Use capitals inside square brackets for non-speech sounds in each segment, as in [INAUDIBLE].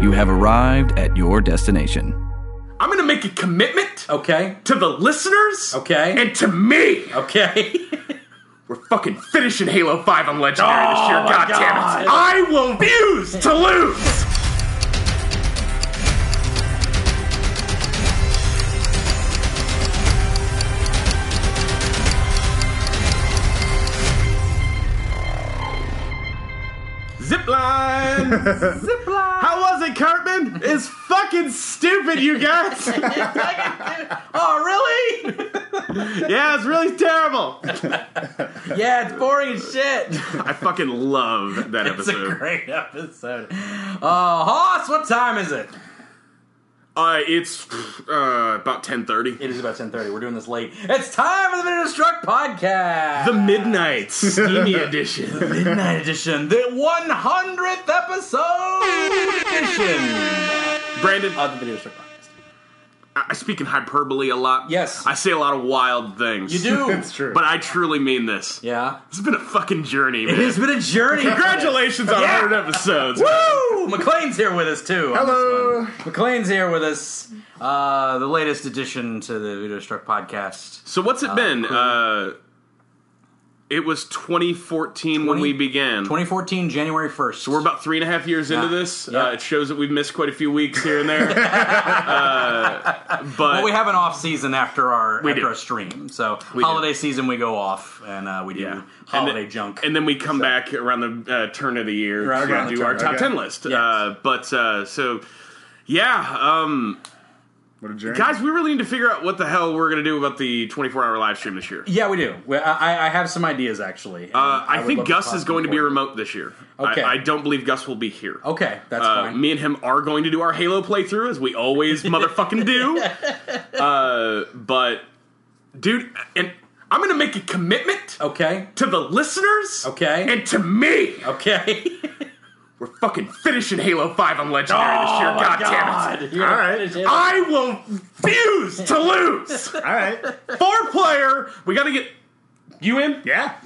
You have arrived at your destination. I'm going to make a commitment Okay. to the listeners Okay. and to me. [LAUGHS] Okay. [LAUGHS] We're fucking finishing Halo 5 on Legendary this year, Oh, my goddammit. God. I will refuse to lose. Zipline! [LAUGHS] Zipline. How was it, Cartman? It's fucking stupid, you [LAUGHS] guys! oh, really? Yeah, it's really terrible! Yeah, it's boring as shit. [LAUGHS] I fucking love that It's a episode. great episode. Uh, Hoss, what time is it? Uh, it's uh, about 10.30. It is about 10.30. We're doing this late. It's time for the Video Struck Podcast. The Midnight [LAUGHS] Steamy Edition. Midnight Edition. The 100th episode edition Brandon, of the Video Struck Podcast. I I speak in hyperbole a lot. Yes. I say a lot of wild things. You do. That's true. But I truly mean this. Yeah. It's been a fucking journey, man. It has been a journey. Congratulations on Yeah. 100 episodes. Woo! McLean's here with us, too. on Hello. this one. McLean's here with us. Uh, the latest addition to the Video Struck Podcast. So what's it been? Uh, it was 2014 when 20 we began. 2014, January 1st. We're about three and a half years into Yeah. this. Yeah. Uh, it shows that we've missed quite a few weeks here and [LAUGHS] there. uh, but Well, we have an off season after our We after do. our stream. So do. holiday season we go off and uh, we do Yeah. holiday and then, junk. And then we come back around the uh, turn of the year Right around to the do turn, our top okay. 10 list. Yes. Uh, but uh, so, yeah, um, What a journey. guys, we really need to figure out what the hell we're going to do about the 24 hour live stream this year. yeah, we do. We, I, I have some ideas actually. and Uh, I, would think love to Gus talk is going to be more. remote this year. Okay. I, I don't believe Gus will be here. Okay, that's Uh, fine. me and him are going to do our Halo playthrough as we always motherfucking [LAUGHS] do. Uh, but, dude, and I'm going to make a commitment okay, to the listeners Okay. and to me. okay. [LAUGHS] We're fucking finishing Halo 5 on Legendary this year, Oh my goddammit. God. You're gonna All right. finish it. I will refuse to lose. [LAUGHS] All right. Four player, we gotta get you in? Yeah.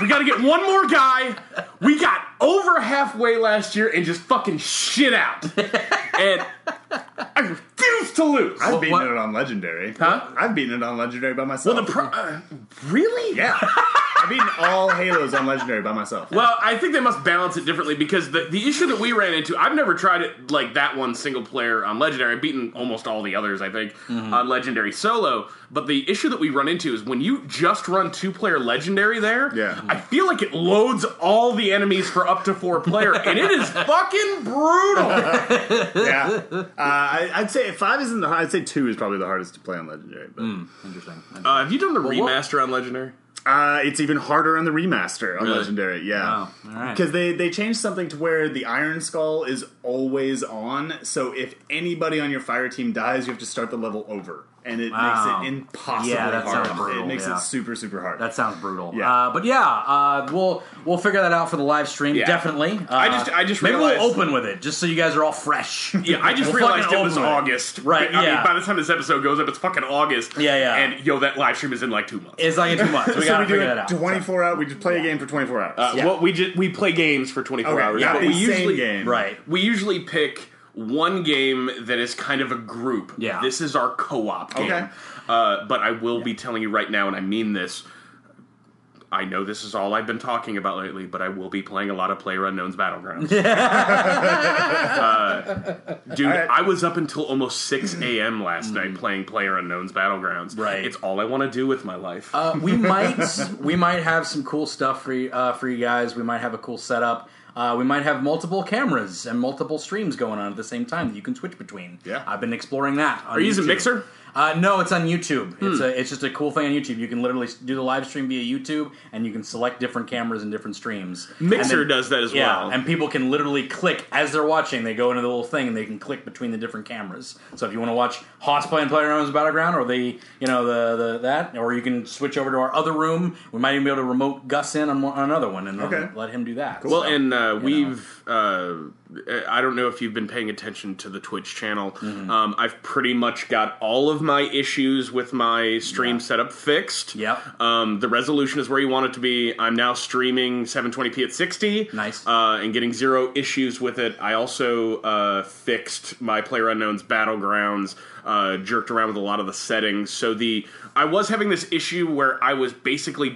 We gotta get one more guy. We got over halfway last year and just fucking shit [LAUGHS] out. And I refuse to lose. I've beaten what- it on legendary. Huh? I've beaten it on legendary by myself. well, the pro- uh, really? yeah. I've beaten all Halos on legendary by myself. Well, Uh, I think they must balance it differently because the, the issue that we ran into, I've never tried it like that one single player on Legendary. I've beaten almost all the others, I think, Mm-hmm. on Legendary solo. But the issue that we run into is when you just run two player Legendary there, Yeah. I feel like it loads all the enemies for up to four [LAUGHS] player, and it is fucking brutal. yeah. Uh, I, I'd say five isn't the. hard- I'd say two is probably the hardest to play on legendary, but Hmm. Interesting. Uh, have you done the what- remaster on Legendary? uh, it's even harder on the remaster on Really? legendary. Yeah. Wow. All right. Because they, they changed something to where the Iron Skull is always on, so if anybody on your fire team dies, you have to start the level over. And it Wow. makes it impossibly Yeah, that hard. sounds brutal, it makes yeah. it super, super hard. That sounds brutal. Yeah. Uh, but yeah, uh, we'll we'll figure that out for the live stream. Yeah. Definitely. Uh, I just- I just maybe realized- we'll open with it just so you guys are all fresh. [LAUGHS] Yeah, I just We'll realized fucking it was open it. August. Right, I yeah. mean, by the time this episode goes up, it's fucking August. Yeah, yeah. And yo, that live stream is in like two months. It's like in two [LAUGHS] months. We so gotta we do figure it that out. 24 hours. We just play a game for 24 hours. Uh, Yeah. What we just we play games for 24 Okay, hours. yeah, but the we same usually [LAUGHS] game. Right. we usually pick one game that is kind of a group. Yeah. This is our co-op game. Okay. Uh, but I will be telling you right now, and I mean this. I know this is all I've been talking about lately, but I will be playing a lot of Player Unknown's [LAUGHS] Battlegrounds. Uh, dude, All right. Mm. I was up until almost 6 a.m. last night playing Player Unknown's Battlegrounds. Right. It's all I want to do with my life. Uh, we might we might have some cool stuff for you, uh, for you guys. We might have a cool setup. Uh, we might have multiple cameras and multiple streams going on at the same time that you can switch between. Yeah. I've been exploring that. Are you using Mixer? Hmm. Uh, no, it's on YouTube. It's a, it's just a cool thing on YouTube. You can literally do the live stream via YouTube, and you can select different cameras and different streams. Mixer And does that as yeah, well. and people can literally click as they're watching. They go into the little thing and they can click between the different cameras. So if you want to watch Hoss play and Player Unknown's Battleground, or the you know the, the that, or you can switch over to our other room. We might even be able to remote Gus in on, one, on another one and then Okay. let him do that. Well, So- and uh, uh, we've uh, I don't know if you've been paying attention to the Twitch channel. Um, I've pretty much got all of my issues with my stream setup fixed. Yep. Um, the resolution is where you want it to be. I'm now streaming 720p at 60. Nice. Uh, and getting zero issues with it. I also uh, fixed my Player Unknown's Battlegrounds. Uh, jerked around with a lot of the settings, so the I was having this issue where I was basically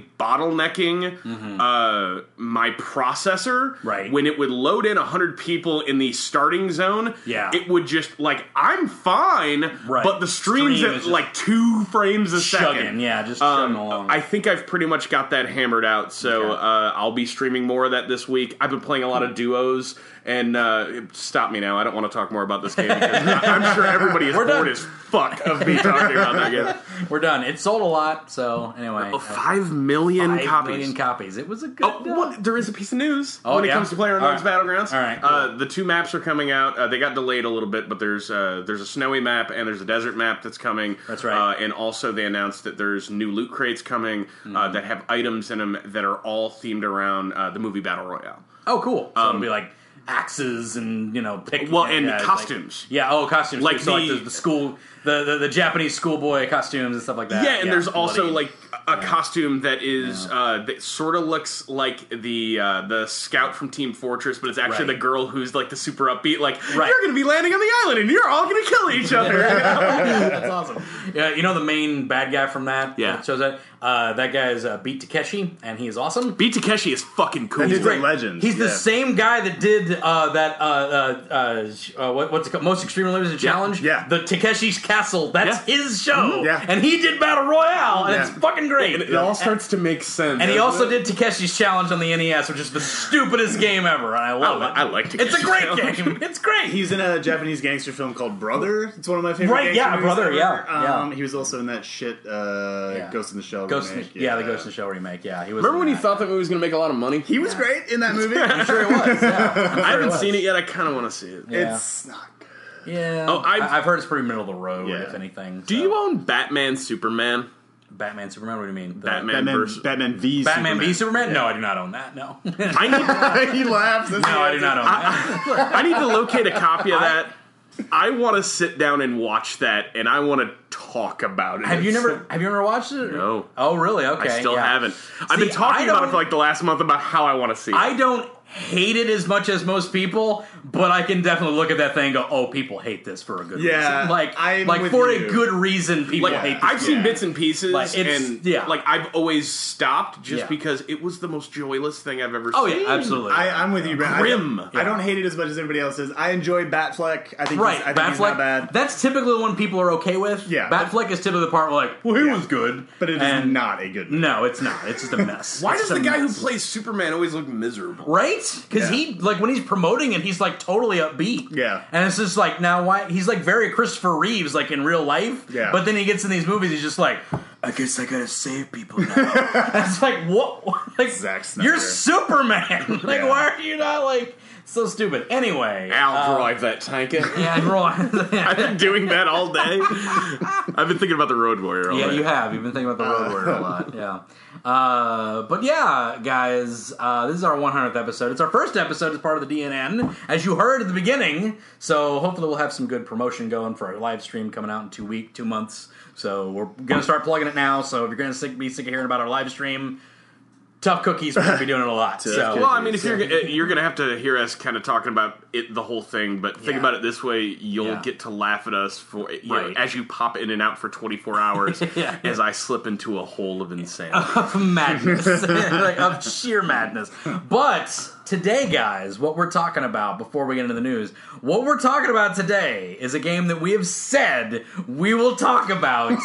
bottlenecking uh, my processor Mm-hmm. Right. when it would load in 100 people in the starting zone Yeah. it would just like i'm fine Right. but the streams Stream at is just like two frames a chugging, second yeah, just Um, chugging along. I think I've pretty much got that hammered out, so Okay. uh, I'll be streaming more of that this week. I've been playing a lot of duos, and uh, stop me now. I don't want to talk more about this [LAUGHS] game. Because I- I'm sure everybody is bored done. as fuck of me talking about that game. [LAUGHS] We're done. It sold a lot, so anyway, uh, Oh, Five million five copies. million copies. It was a good. Oh, what? There is a piece of news Oh, when it yeah? comes to player unknown's All right. battlegrounds. All right, uh, the two maps are coming out. Uh, they got delayed a little bit, but there's uh, there's a snowy map and there's a desert map that's coming. That's right. Uh, and also they announced that there's new loot crates coming Hmm. uh, that have items in them that are all themed around uh, the movie Battle Royale. Oh, cool. So it'll be like axes and you know pick. Um, Well, and yeah, it's costumes. like- yeah. Oh, costumes. Like Like, so, like the- the, the school, the, the the Japanese schoolboy costumes and stuff like that. Yeah, and there's also bloody. like [LAUGHS] a a costume that is uh, that sort of looks like the uh, the scout from Team Fortress, but it's actually Right. the girl who's like the super upbeat, like Right. you're going to be landing on the island and you're all going to kill [LAUGHS] each other. [LAUGHS] That's awesome. Yeah, you know the main bad guy from that. Yeah. that shows that. Uh, that guy is uh, Beat Takeshi, and he is awesome. Beat Takeshi is fucking cool. That dude's a Great. legend. He's the yeah. same guy that did uh, that. Uh, uh, uh, sh- uh, what, what's it called? Most Extreme Limited Challenge. yeah. The Takeshi's Castle. That's Yeah. his show. Yeah. And he did Battle Royale, and Yeah. it's fucking great. It all starts to make sense. And he also did Takeshi's Challenge on the NES, which is the stupidest game ever. And I love I li- it. I like It's a Takeshi's [LAUGHS] great Challenge. [LAUGHS] game. It's great. He's in a Japanese gangster film called Brother. It's one of my favorite. Right, gangster yeah, movies Brother, ever. yeah, yeah. Um, He was also in that shit uh, Yeah. Ghost in the Shell. [LAUGHS] Ghost in the, remake, yeah, the Ghost in the Shell remake. Yeah, he was. Remember in when you that. thought that movie was going to make a lot of money? He was great in that movie. [LAUGHS] Sure it was. Yeah. I haven't was. seen it yet. I kind of want to see it. Yeah. It's not. good. Yeah. Oh, I've- I- I've heard it's pretty middle of the road, Yeah. if anything. Do you own Batman Superman? Batman, Superman? What do you mean? The- Batman, Batman, versus. Batman v Batman v Superman? No, I do not own that. No. [LAUGHS] no, I need, [LAUGHS] he laughs. No, I do not own that. I need to locate a copy of that. I want to sit down and watch that, and I want to talk about it. Have you never? Have you ever watched it? No. Oh, really? Okay. I still yeah. haven't. I've been See, talking I about it don't- for like the last month about how I want to see it. I don't hate it as much as most people, but I can definitely look at that thing and go, "Oh, people hate this for a good Yeah, reason." Like, I'm like with for you. a good reason, people like hate this. I've seen yeah. bits and pieces, Like, it's- and yeah. like I've always stopped just Yeah. because it was the most joyless thing I've ever oh seen. yeah, absolutely. I, I'm with you, Brad. Grim. I, don't- I don't hate it as much as everybody else does. I enjoy Batfleck. I think right, he's, I think he's Batfleck. not bad, That's typically the one people are okay with. Yeah. Batfleck is typically the part where like, "Well, he Yeah. was good," but it is and not a good. movie. No, it's not. It's just a mess. Why It's does just the a guy who mess. plays Superman always look miserable? Right? Because Yeah. he like when he's promoting it, he's like totally upbeat. Yeah. and it's just like now why he's like very Christopher Reeves like in real life. Yeah. but then he gets in these movies, he's just like, I guess I gotta save people [LAUGHS] now. it's like what? Like Zack Snyder. you're Superman. [LAUGHS] like Yeah. why are you not like so stupid? Anyway, I'll uh, drive that tanker. yeah, [LAUGHS] I'm wrong. [LAUGHS] I've been doing that all [LAUGHS] day. I've been thinking about the Road Warrior. All Yeah, day. you have. You've been thinking about the Road Warrior a lot. Yeah. Uh, but yeah, guys, uh, this is our 100th episode. It's our first episode as part of the DNN, as you heard at the beginning. So hopefully we'll have some good promotion going for our live stream coming out in two week, two months. So we're gonna start plugging it now. So if you're gonna sick, be sick of hearing about our live stream, tough cookies. We're gonna be doing it a lot. Well, so I mean, if you're uh, you're gonna have to hear us kind of talking about it the whole thing, but think Yeah. about it this way: you'll Yeah. get to laugh at us for you know, Right. as you pop in and out for 24 hours [LAUGHS] Yeah. as I slip into a hole of insanity. [LAUGHS] of madness, like of sheer madness. But today, guys, what we're talking about before we get into the news, what we're talking about today is a game that we have said we will talk about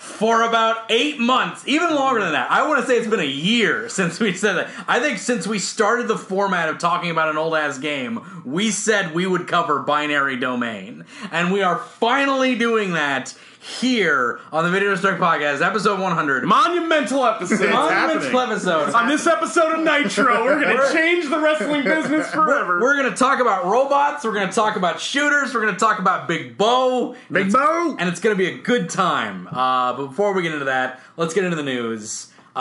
for about eight months, even longer than that. I want to say it's been a year since we said that. I think since we started the format of talking about an old ass game, we said we would cover binary domain, and we are finally doing that. Here on the Video Strike Podcast, episode 100. Monumental episode. Monuments happening. episode. On this episode of Nitro, we're gonna change the wrestling business forever. We're gonna talk about robots. We're gonna talk about shooters. We're gonna talk about Big Bo, Big Bo. and it's gonna be a good time. Uh, but before we get into that, let's get into the news. Uh,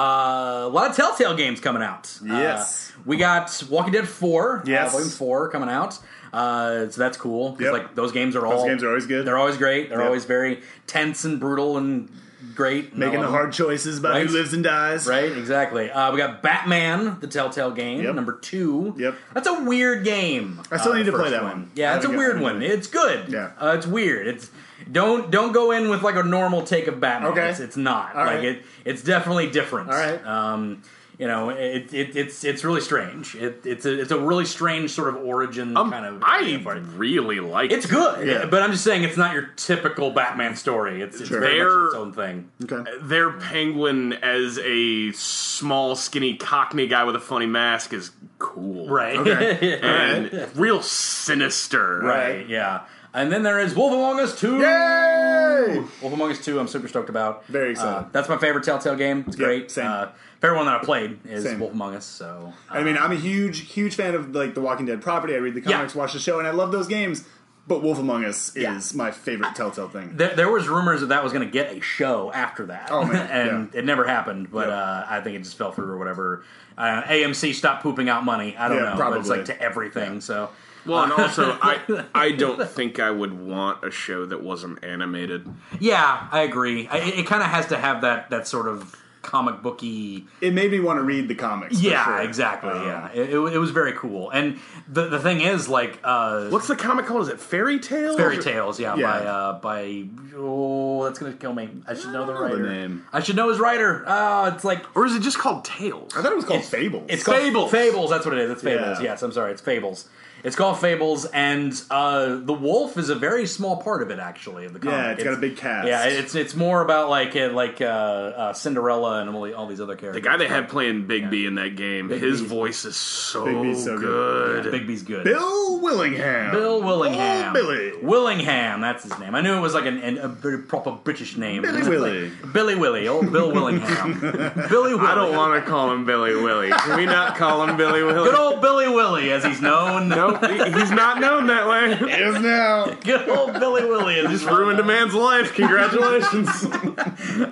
a lot of Telltale games coming out. Uh, Yes. We got Walking Dead Four. Yes. uh, Volume Four coming out. Uh, so that's cool 'cause, Yep. like those games are all games are always good. They're always great. They're Yep. always very tense and brutal and great. and I Making the love them. hard choices about Right. who lives and dies. Right, exactly. Uh, we got Batman, the Telltale game, Yep. number two. Yep. That's a weird game. I still uh, need to the play first that one. I Yeah, it's a haven't weird gotten one. into it. It's good. Yeah. uh, it's weird. It's don't don't go in with like a normal take of Batman. Okay. it's, it's not All like right. it. It's definitely different. All right. um, you know, it, it, it's it's really strange. It, it's a it's a really strange sort of origin Um, kind of. I idea for it. really like It's good, Yeah. but I'm just saying it's not your typical Batman story. It's, it's Sure. very They're- much its own thing. Okay. Their penguin as a small, skinny Cockney guy with a funny mask is cool, Right. [LAUGHS] Okay. And real sinister, Right, yeah. And then there is Wolf Among Us 2. Yay! Wolf Among Us 2, I'm super stoked about. Very Uh, excited. that's my favorite Telltale game. It's Yep, great. same. Uh, favorite one that I played is Same. Wolf Among Us, so. uh, I mean, I'm a huge, huge fan of like the Walking Dead property. I read the Yeah. comics, watch the show, and I love those games. But Wolf Among Us Yeah. is my favorite Telltale thing. There, there was rumors that that was going to get a show after that. Oh, man, [LAUGHS] and it never happened, but Yep. uh, I think it just fell through or whatever. Uh, AMC stopped pooping out money. I don't Yeah, know. But it's probably. like to everything, so. Well, and also, [LAUGHS] I I don't think I would want a show that wasn't animated. Yeah, I agree. I, it kind of has to have that, that sort of comic booky It made me want to read the comics. for yeah sure. exactly Um, yeah it, it, it was very cool and the, the thing is like uh What's the comic called? Is it Fairy Tale? fairy tales yeah, Yeah. by uh by oh that's gonna kill me i should know the I don't know writer the name. i should know his writer oh it's like or is it just called Tales? I thought it was called Fables. it's Fables. called fables that's what it is it's fables Yeah. yes i'm sorry it's fables it's called fables and uh the wolf is a very small part of it actually of the comic Yeah, it's got a big cast. yeah it's it's more about like uh, like uh, uh cinderella and all, the- all these other characters the guy they had playing Big B in that game, his B. voice is so, Big B's so good. good. big b's good Bill Willingham. Bill Willingham. Oh, Billy. Willingham, that's his name. I knew it was like an, an, a very proper British name. Billy It's like Willie. Billy Willie. Old Bill Willingham. Billy Willie. I don't want to call him Billy Willie. Can we not call him Billy Willie? Good old Billy Willie, as he's known. Nope, he- he's not known that way. Is now. [LAUGHS] Good old Billy Willie. As he's Ruined a man's life. Congratulations. [LAUGHS]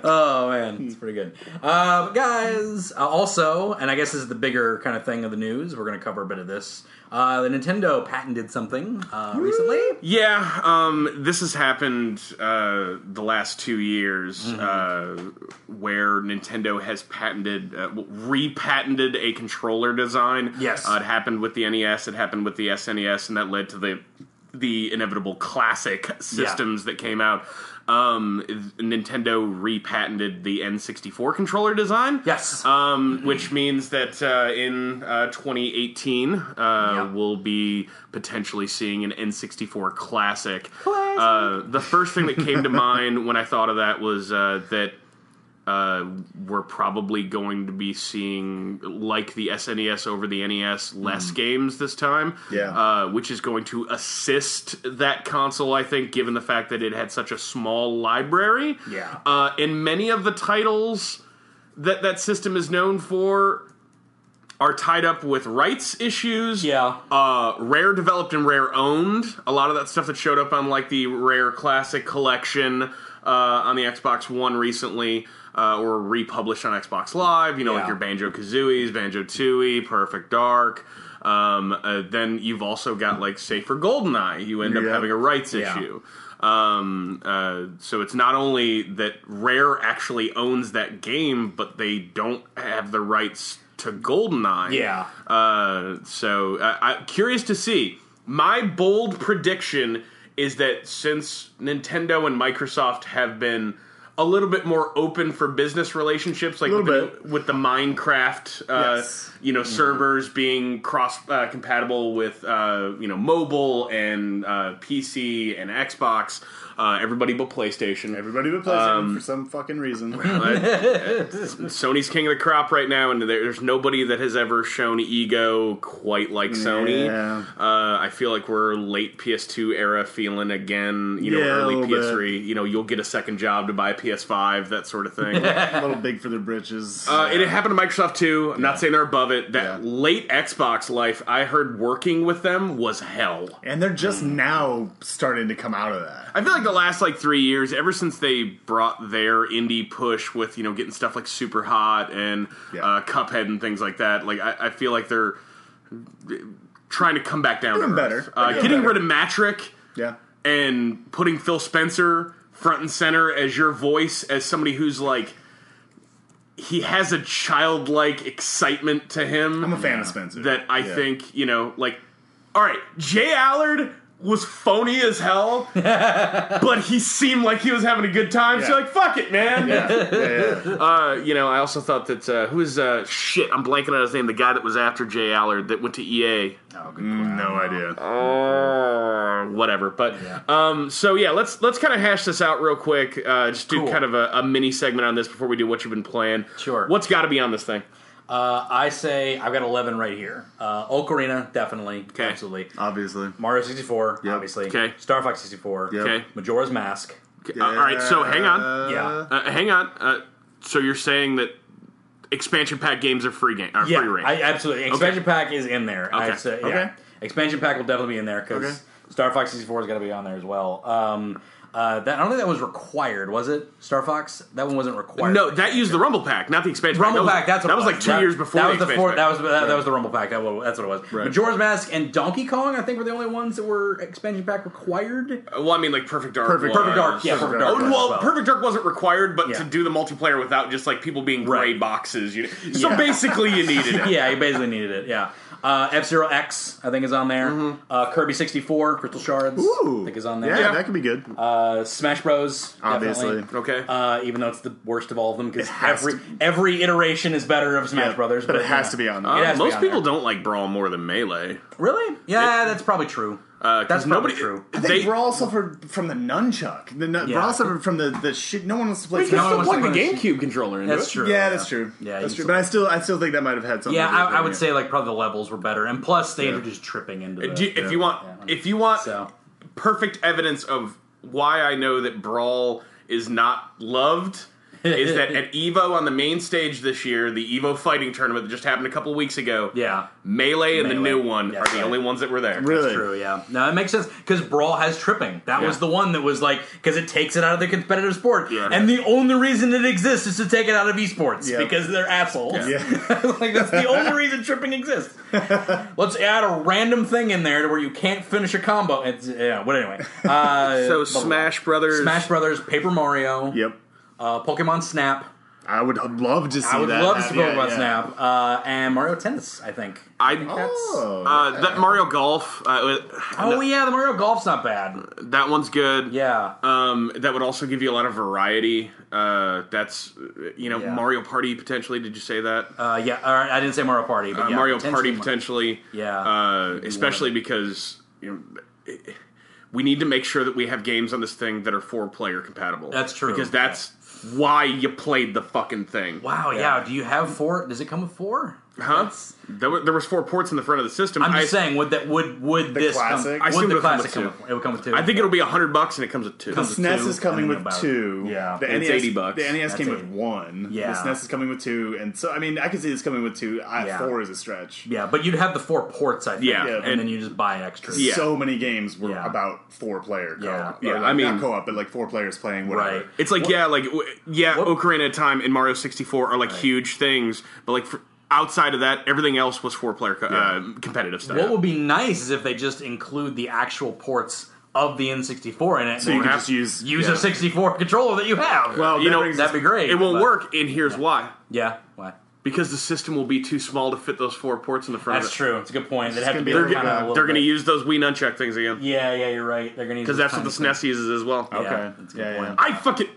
Oh, man. It's pretty good. Uh, but guys, uh, also, and I guess this is the bigger kind of thing of the news, we're going to cover a bit of this. Uh, the Nintendo patented something uh, recently. Yeah, um, this has happened uh, the last two years, Mm-hmm. uh, where Nintendo has patented, uh, w- repatented a controller design. Yes. uh, it happened with the NES, it happened with the SNES, and that led to the the inevitable classic systems that came out. Um, Nintendo repatented the N64 controller design. Yes. Um, which means that uh, in uh, 2018, uh, we'll be potentially seeing an N64 classic. Uh, the first thing that came to mind when I thought of that was uh, that uh, we're probably going to be seeing, like the SNES over the NES, less games this time. Yeah. Uh, which is going to assist that console, I think, given the fact that it had such a small library. Yeah. Uh, and many of the titles that that system is known for are tied up with rights issues. Yeah. Uh, rare developed and rare owned. A lot of that stuff that showed up on like the Rare Classic Collection uh, on the Xbox One recently, uh, or republished on Xbox Live. You know, Yeah. like your Banjo Kazooies, Banjo Tooie, Perfect Dark. Um, uh, then you've also got like, say, for Goldeneye, you end up Yeah. having a rights Yeah. issue. Um, uh, so it's not only that Rare actually owns that game, but they don't have the rights to Goldeneye. Yeah. Uh, so uh, I'm curious to see. My bold prediction is that since Nintendo and Microsoft have been a little bit more open for business relationships, like with Little the, with the Minecraft, uh, Yes. Mm-hmm. you know, servers being cross uh, compatible with uh, you know mobile and uh, PC and Xbox, uh, everybody but PlayStation. Everybody but PlayStation Um, for some fucking reason. Sony's king of the crop right now, and there- there's nobody that has ever shown ego quite like Sony. Yeah. Uh, I feel like we're late PS2 era feeling again. You know, Yeah, a early little bit. PS3. You know, you'll get a second job to buy a PS3 PS5, that sort of thing. uh, a little big for their britches. It happened to Microsoft too. I'm not saying they're above it. That Yeah. late Xbox life, I heard working with them was hell. and they're just now starting to come out of that. I feel like the last like three years, ever since they brought their indie push with you know getting stuff like Super Hot and Yeah. uh, Cuphead and things like that, like I, I feel like they're uh, trying to come back down. Doing to better. earth. Uh, Doing getting better. rid of Matrick Yeah. and putting Phil Spencer front and center as your voice, as somebody who's like he has a childlike excitement to him I'm a fan of Spencer. that I Yeah. think, you know, like, all right, Jay Allard was phony as [LAUGHS] hell, but he seemed like he was having a good time. So Yeah. like, fuck it, man. Yeah, yeah, [LAUGHS] yeah. Uh, you know, I also thought that uh, who is uh, shit? I'm blanking on his name. The guy that was after Jay Allard that went to E EA. Oh, good Mm, crap. no idea. Oh, whatever. But um, so yeah, let's let's kind of hash this out real quick. Uh, just do Cool. kind of a, a mini segment on this before we do what you've been playing. Sure. What's got to be on this thing? Uh, I say I've got 11 right here. Uh, Ocarina, definitely. Okay. Absolutely. Obviously. Mario 64, Yep. obviously. Okay. Star Fox 64. Yep. Okay. Majora's Mask. Uh, all right. So hang on. Yeah. Uh, hang on. Uh, so you're saying that expansion pack games are free game are Yeah, free range? I, absolutely. Expansion pack is in there. Okay. I'd say- yeah. Okay. Expansion pack will definitely be in there because Okay. Star Fox 64 is going to be on there as well. Um, uh, that, I don't think that was required, was it? Star Fox? That one wasn't required. no, that used the Rumble pack, not the expansion. Rumble pack. pack. That's what that it was like two That- years before. That was the the expansion four, pack. That was that, that was the Rumble pack. That was, that's what it was. Right. Majora's Mask and Donkey Kong. I think were the only ones that were expansion pack required. well, I mean, like Perfect Dark. Perfect- was. Perfect Dark. Yeah, Perfect Perfect Oh, well, Dark. was as well. Perfect Dark wasn't required, but Yeah. to do the multiplayer without just like people being gray Right. boxes, you so Yeah. basically you needed it. [LAUGHS] yeah, you basically needed it. Yeah. Uh, F Zero X, I think, is on there. Uh, Kirby 64, Crystal Shards, I think, is on there. Mm-hmm. Yeah, that could be good. Uh, Smash Bros. Obviously. definitely. Okay. Uh, even though it's the worst of all of them, because has every every iteration is better of Smash Yeah, Brothers, but it has yeah. to be on. Uh, it has to be most on people there. don't like Brawl more than Melee. really. Yeah, that's probably true. Uh, 'cause that's probably nobody- true. I think They- Brawl suffered from the nunchuck. The nu- Yeah. Brawl suffered from the, the shit. No one wants to play. You can No Smash one still was plug the like- GameCube controller into That's it. true. Yeah, that's true. Yeah, that's you true. can But I still, I still think that might have had something. Yeah, to do with I, I it, Uh, would yeah. say like probably the levels were better, and plus they were just tripping into. The, Do you- if yeah. you want, Yeah. if you want So. perfect evidence of why I know that Brawl is not loved, is that [LAUGHS] at Evo on the main stage this year, the Evo fighting tournament that just happened a couple weeks ago, yeah, Melee and the new Melee. one That's are the right. only ones that were there. really That's true, yeah. No, it makes sense because Brawl has tripping. That Yeah. was the one that was like because it takes it out of the competitive sport, Yeah. and the only reason it exists is to take it out of esports Yeah. because they're assholes. Yeah. [LAUGHS] like that's the only reason tripping exists. Let's add a random thing in there to where you can't finish a combo. It's, yeah, but anyway, uh, So Smash Brothers, Smash Brothers, Paper Mario, Yep. uh, Pokemon Snap. I would h- love to see I would that. love to see Yeah, Pokemon yeah. Snap uh, and Mario Tennis. I think. I Oh, uh, that Mario Golf, uh, Oh yeah, the Mario Golf's not bad. that one's good. Yeah. Um, that would also give you a lot of variety. Uh, that's uh, you know Yeah. Mario Party potentially. Did you say that? Uh, yeah, all right, I didn't say Mario Party, but uh, yeah, Mario Party potentially. potentially. Yeah. Uh, especially because you know, it- we need to make sure that we have games on this thing that are four player compatible. That's true. Because that's why you played the fucking thing. Wow, yeah. Do you have four? Does it come with four? Huh? There, were, there was four ports in the front of the system. I'm I, just saying, would that would would The this classic? come? I assume Would it the would come classic with come? two. With, it would come with two. I think it'll be a hundred bucks and it comes with two. The Uh, SNES two, is coming and with about- two. Yeah. the It's NES, 80 bucks. The NES That's came with 80. one. Yeah. the SNES is coming with two, and so I mean, I could see this coming with two. I, Yeah. Four is a stretch. yeah, but you'd have the four ports, I think. Yeah, and, and- then you just buy extras. Yeah. So many games were Yeah. about four player co-op. Yeah. Or, Yeah, like, I mean- not co-op, but like four players playing whatever. Right. It's like yeah, like w- yeah, what- Ocarina of Time and Mario sixty four are like huge things, but like for, outside of that, everything else was four player co- uh, competitive stuff. What would be nice is if they just include the actual ports of the N64 in it. So you and can have- just use use yeah. a 64 controller that you have. Well, you that know, brings us- that'd be great. it won't but- work, and here's why: Yeah. Why? because the system will be too small to fit those four ports in the front. That's of it. true. It's a good point. They'd have to gonna be kind be like, of uh, a little. They're going to bit- use those Wii nunchuck things again Yeah, yeah, you're right. They're gonna use because that's what the tiny SNES uses as well. things. Yeah, Okay. that's a good Yeah, yeah. point. I fucking,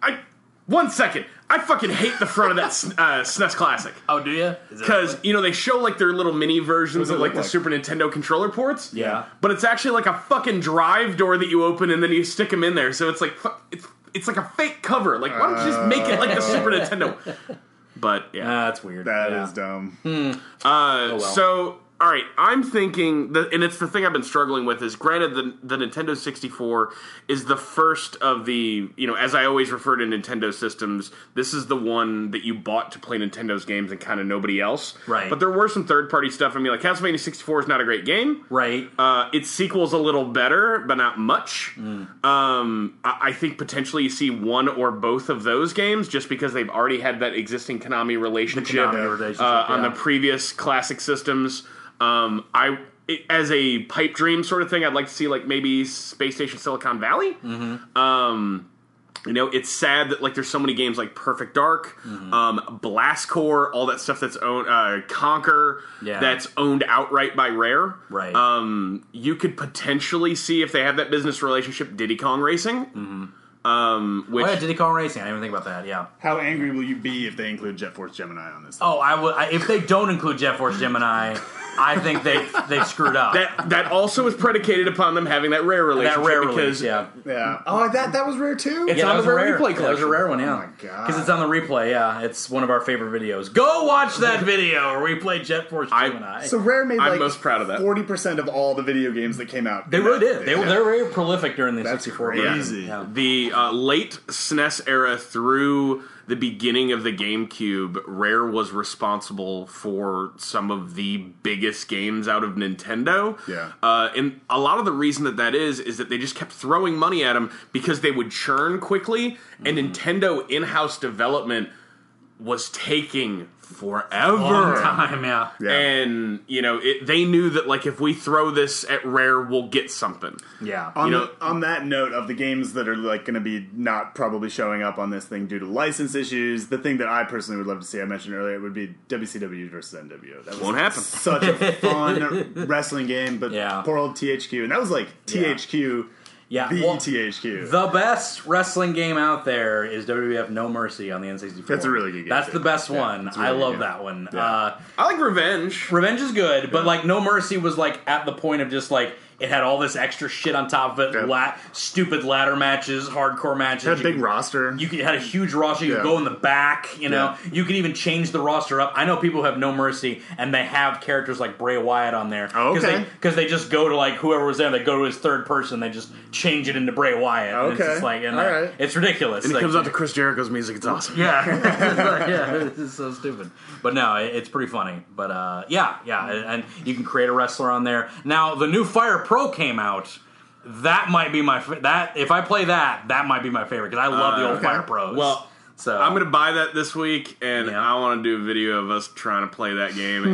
I one second, I fucking hate the front of that s- uh, SNES Classic. Oh, do you? Because you know they show like their little mini versions does it of like the look like? Super Nintendo controller ports. Yeah. but it's actually like a fucking drive door that you open and then you stick them in there. So it's like fu- it's it's like a fake cover. Like why don't you just make it like the Super Uh. [LAUGHS] Nintendo? But yeah. that's weird. That is yeah. Hmm. dumb. Uh, Oh, well. So all all right, I'm thinking, the, and it's the thing I've been struggling with is granted the the Nintendo 64 is the first of the you know as I always refer to Nintendo systems. This is the one that you bought to play Nintendo's games and kind of nobody else. Right. But there were some third party stuff. I mean, like Castlevania 64 is not a great game. right? Uh, its sequel's a little better, but not much. Um, I, I think potentially you see one or both of those games just because they've already had that existing Konami relationship, Konami relationship, uh, on yeah. the previous classic systems. Um, I it- as a pipe dream sort of thing, I'd like to see like maybe Space Station Silicon Valley. Mm-hmm. Um, you know, it's sad that like there's so many games like Perfect Dark, Mm-hmm. um, Blastcore, all that stuff that's owned, uh, Conquer, Yeah. that's owned outright by Rare. Right. Um, you could potentially see if they have that business relationship, Diddy Kong Racing. Um, which oh yeah, Diddy Kong Racing. I didn't even think about that. Yeah. How angry will you be if they include Jet Force Gemini on this? Oh, I would. I, if they don't include Jet Force Gemini, I think they they screwed up. that that also is predicated upon them having that Rare That relationship rare because release, yeah. Yeah. Oh, that that was rare too. It's yeah, on that the was a Rare Replay rare, That was a collection. rare one, yeah. Oh my God. Because it's on the replay, yeah. It's one of our favorite videos. Go watch that video where we play Jet Force I- Gemini. so rare made I'm like most proud of that. Forty percent of all the video games that came out. they really did. They, Yeah. were they were very prolific during the That's 64 version. crazy. Yeah. the uh, late SNES era through the beginning of the GameCube, Rare was responsible for some of the biggest games out of Nintendo. Yeah. Uh, and a lot of the reason that that is is that they just kept throwing money at them because they would churn quickly, and Nintendo in-house development was taking forever. Long time, yeah. Yeah. And you know it, they knew that like if we throw this at Rare, we'll get something. Yeah. On, You the- know- on that note of the games that are like going to be not probably showing up on this thing due to license issues, the thing that I personally would love to see, I mentioned earlier, would be WCW versus NWO. That was Won't happen. Such [LAUGHS] a fun wrestling game, but Yeah. poor old THQ, and that was like THQ, yeah. the well, THQ. the best wrestling game out there is WWF No Mercy on the N64. That's a really good game, That's too. the best Yeah, one. it's a really I good love game. that one. Yeah. Uh, I like Revenge. Revenge is good, but like No Mercy was like at the point of just like it had all this extra shit on top of it, Yeah. la- stupid ladder matches, hardcore matches. had a You big could- roster. You could had a huge roster. You could Yeah. go in the back. You know, Yeah. you could even change the roster up. I know people who have no mercy and they have characters like Bray Wyatt on there. Oh, okay. Because they, just go to like whoever was there. They go to his third person. They just change it into Bray Wyatt. And it's Okay. just like and All that- right. it's ridiculous. And it Like, comes out to Chris Jericho's music. It's awesome. yeah, It's like, yeah, [LAUGHS] this is so stupid. But no, it, it's pretty funny. But uh, yeah, yeah, and, and you can create a wrestler on there. Now the new Fire Pro came out. That might be my fa- that if I play that, that might be my favorite because I love the old okay. Fire Pros. Well, so I'm gonna buy that this week, and Yeah. I want to do a video of us trying to play that game.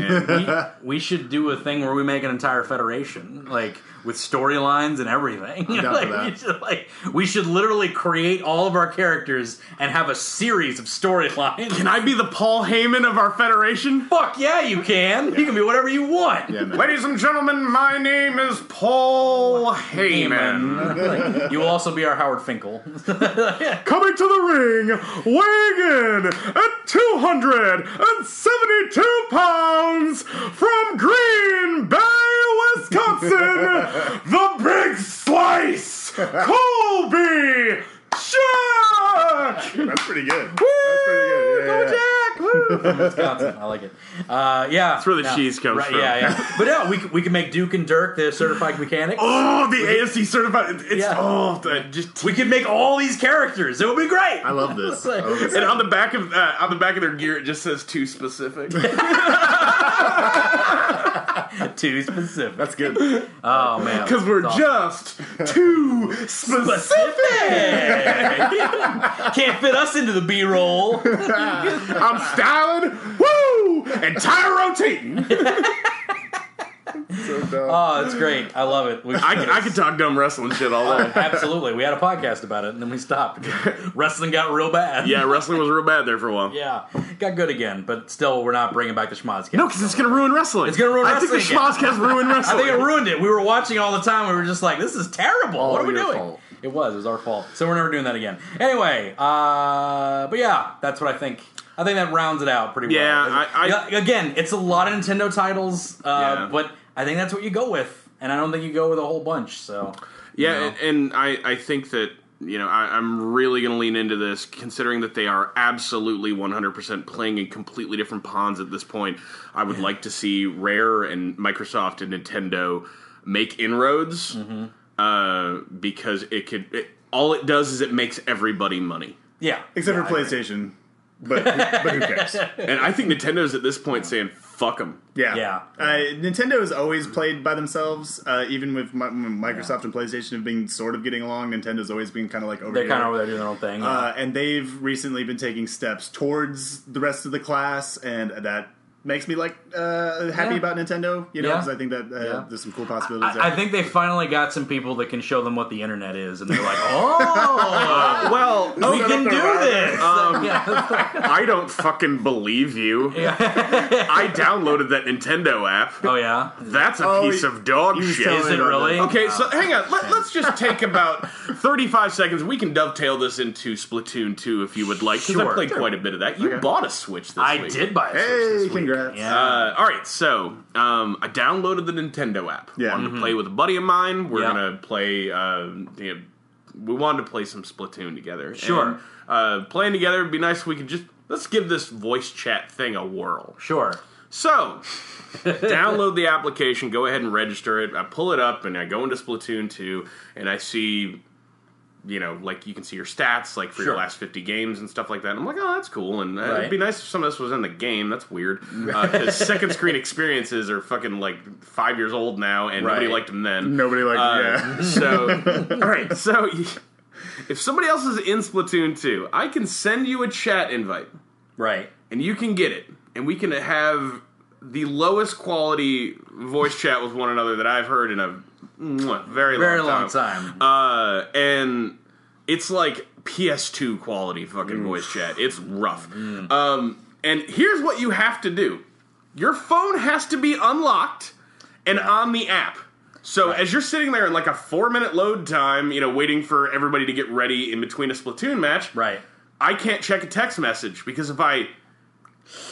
[LAUGHS] And we should do a thing where we make an entire federation, like with storylines and everything. [LAUGHS] down like, for that. We should, like we should literally create all of our characters and have a series of storylines. can I be the Paul Heyman of our federation? Fuck yeah, you can. You can be whatever you want. Yeah, man. Ladies and gentlemen, my name is Paul Heyman. Heyman. Like, [LAUGHS] you will also be our Howard Finkel. [LAUGHS] Coming to the ring, weighing in at 272 pounds from Green Bay, Wisconsin, the Big Slice, Colby Jack. That's pretty good. That's pretty good. Yeah, yeah. [LAUGHS] Wisconsin. I like it. Uh, yeah, that's where the cheese comes from. Yeah, [LAUGHS] yeah. But yeah, we c- we can make Duke and Dirk the certified mechanics. Oh, the AFC certified. It's Yeah. oh, the, just We can make all these characters. It would be great. I [LAUGHS] love this. I love this. and on the back of uh, on the back of their gear, it just says too [LAUGHS] specific. Too specific. That's [LAUGHS] good. Oh man, Because we're just too specific. [LAUGHS] Can't fit us into the B roll. I'm styling, woo, and tire rotating. So dumb. Oh, it's great. I love it. We I, I could talk dumb wrestling shit all day. absolutely. We had a podcast about it, and then [LAUGHS] we stopped. Wrestling got real bad. Yeah, wrestling was real bad there for a while. Yeah, got good again, but still, we're not bringing back the schmozcast. No, because it's gonna ruin wrestling. It's gonna ruin I think the wrestling again. Schmozcast ruined [LAUGHS] I wrestling. think it ruined it. We were watching all the time. We were just like, "This is terrible. what are we your doing?" fault. It was. It was our fault. So we're never doing that again. Anyway, uh, but yeah, that's what I think. I think that rounds it out pretty Yeah, well. I- I- Yeah, again, it's a lot of Nintendo titles, uh, Yeah. but I think that's what you go with, and I don't think you go with a whole bunch. So yeah, and, and I I think that you know, I, I'm really going to lean into this, considering that they are absolutely 100% playing in completely different ponds at this point. I would like to see Rare and Microsoft and Nintendo make inroads Mm-hmm. uh, because it could. It, all it does is it makes everybody money. Yeah. Except Yeah, for I agree. PlayStation. But, [LAUGHS] but who cares? And I think Nintendo's at this point saying, fuck them. Yeah. Yeah. Uh, Nintendo has always played by themselves, uh, even with Mi- Microsoft and PlayStation have been sort of getting along. Nintendo's always been kind of like over They're the kind of other. over there doing their own thing. Uh, and they've recently been taking steps towards the rest of the class, and that makes me like uh, happy Yeah. about Nintendo. You know, Yeah. because I think that uh, Yeah. there's some cool possibilities. I, I there. think they finally got some people that can show them what the internet is, and they're like, [LAUGHS] [LAUGHS] "Oh, Well, we can do this." Yeah. I don't fucking believe you. I downloaded that Nintendo app. [LAUGHS] oh yeah, That's a Oh, piece of dog you was shit. telling is it about really? Okay, so hang on. Let, us [LAUGHS] just take about 35 seconds. We can dovetail this into Splatoon 2 if you would like, because Sure. I played quite a bit of that. You bought a Switch this I week. did buy a Switch Hey, this week. congrats. Yeah. Uh, all right, so um, I downloaded the Nintendo app. Yeah. wanted to play with a buddy of mine. We're Mm-hmm. Yeah. gonna play. Uh, you know, we wanted to play some Splatoon together. Sure. And, uh, playing together would be nice. if We could just let's give this voice chat thing a whirl. Sure. So, download the application, go ahead and register it. I pull it up and I go into Splatoon 2 and I see, you know, like you can see your stats, like for Sure. your last 50 games and stuff like that. I'm like, oh, that's cool. And uh, Right. it'd be nice if some of this was in the game. That's weird. Because second screen experiences are fucking like five years old now and nobody Right. liked them then. Nobody like Uh, [LAUGHS] yeah. So, all right. So, if somebody else is in Splatoon 2, I can send you a chat invite Right. and you can get it, and we can have the lowest quality voice chat with one another that I've heard in a mwah, very long Very time. long time. Uh, and it's like PS2 quality fucking Mm. voice chat. It's rough. Um, and here's what you have to do: your phone has to be unlocked and on the app. So as you're sitting there in like a four minute load time, you know, waiting for everybody to get ready in between a Splatoon match, right. I can't check a text message because if I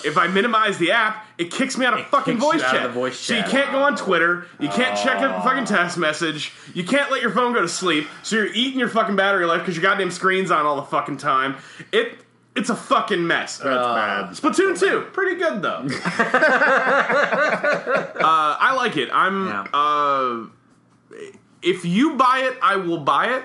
if I minimize the app, it kicks me out of fucking kicks you voice, out of chat. the voice So you chat. can't go on Twitter. You can't check a fucking text message. You can't let your phone go to sleep. So you're eating your fucking battery life because your goddamn screen's on all the fucking time. It it's a fucking mess. That's bad. Splatoon 2, pretty good [LAUGHS] though. uh, I like it. I'm. Yeah. Uh, if you buy it, I will buy it.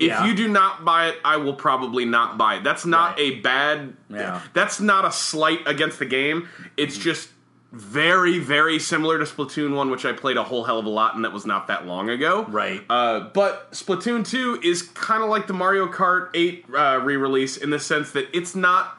If Yeah. you do not buy it, I will probably not buy it. That's not Right. a bad. Yeah. Mm-hmm. That's not a slight against the game. It's just very, very similar to Splatoon 1, which I played a whole hell of a lot, and that was not that long ago. Right. Uh, but Splatoon 2 is kind of like the Mario Kart 8 uh, re release in the sense that it's not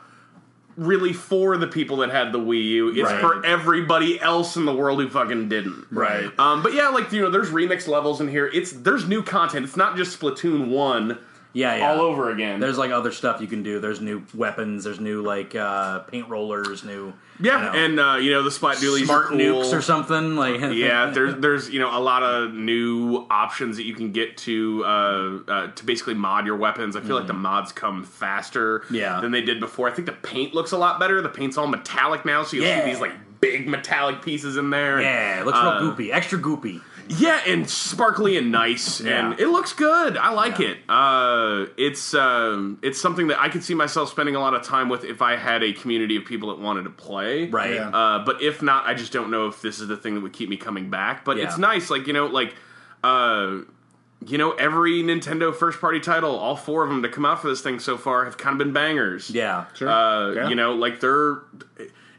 really for the people that had the Wii U, it's Right. for everybody else in the world who fucking didn't. Right. Um, but yeah, like you know, there's remix levels in here. It's there's new content. It's not just Splatoon one Yeah. Yeah. all over again. There's like other stuff you can do. There's new weapons. There's new like uh, paint rollers. New yeah, you know, and uh, you know the splat doolies, smart are cool. nukes or something like [LAUGHS] yeah, there's there's you know a lot of new options that you can get to uh, uh, to basically mod your weapons. I feel like the mods come faster Mm-hmm. Yeah. than they did before. I think the paint looks a lot better. The paint's all metallic now, so you will Yeah. see these like big metallic pieces in there. yeah. It looks Uh, real goopy, extra goopy. Yeah, and sparkly and nice, Yeah. and it looks good. I like Yeah. it. Uh, it's um, it's something that I could see myself spending a lot of time with if I had a community of people that wanted to play. Right. Yeah. Uh, but if not, I just don't know if this is the thing that would keep me coming back. But Yeah. it's nice, like you know, like uh, you know, every Nintendo first party title, all four of them to come out for this thing so far have kind of been bangers. Yeah. Sure. Uh, Yeah. You know, like they're,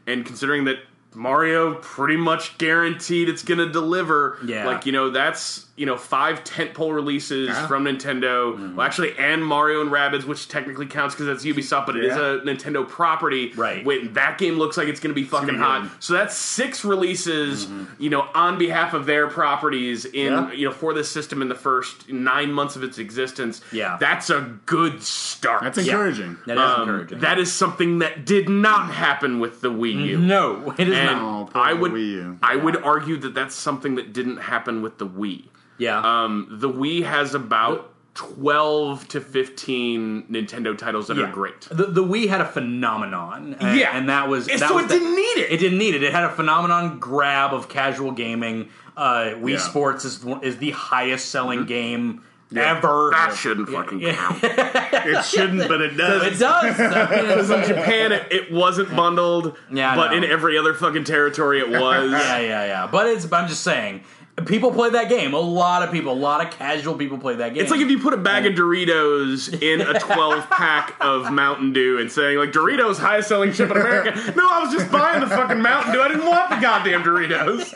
and considering that Mario pretty much guaranteed it's going to deliver. Yeah. Like you know, that's you know five tentpole releases Yeah. Mm-hmm. from Nintendo. Well, actually, and Mario and Rabbids, which technically counts because that's Ubisoft, but it is Yeah. a Nintendo property. Right. When that game looks like it's going to be fucking gonna be hot, good. Mm-hmm. so that's six releases. You know, on behalf of their properties in Yeah. you know for this system in the first nine months of its existence. Yeah. That's a good start. That's encouraging. That is Um, encouraging. that is something that did not happen with the Wii U. no, it is And not. Oh, poor I would, Wii U. I would argue that that's something that didn't happen with the Wii. Yeah. Um, the Wii has about twelve to fifteen Nintendo titles that Yeah. are great. The, the Wii had a phenomenon. uh, Yeah. and that was And that so was it the- didn't need it. It didn't need it. It had a phenomenon grab of casual gaming. Uh, Wii Yeah. Mm-hmm. Sports is one- is the highest selling game Ever. That shouldn't fucking count. It shouldn't, but it does. [LAUGHS] It does. I mean, it's like- Japan, [LAUGHS] it, it wasn't bundled, Yeah, I but know. in every other fucking territory [LAUGHS] it was. yeah, yeah, yeah. But it's. But I'm just saying, people play that game. A lot of people. A lot of casual people play that game. It's like if you put a bag of Doritos in a 12 pack of Mountain Dew and saying, like, Doritos, highest selling chip in America. [LAUGHS] No, I was just buying the fucking Mountain Dew. I didn't want the goddamn Doritos.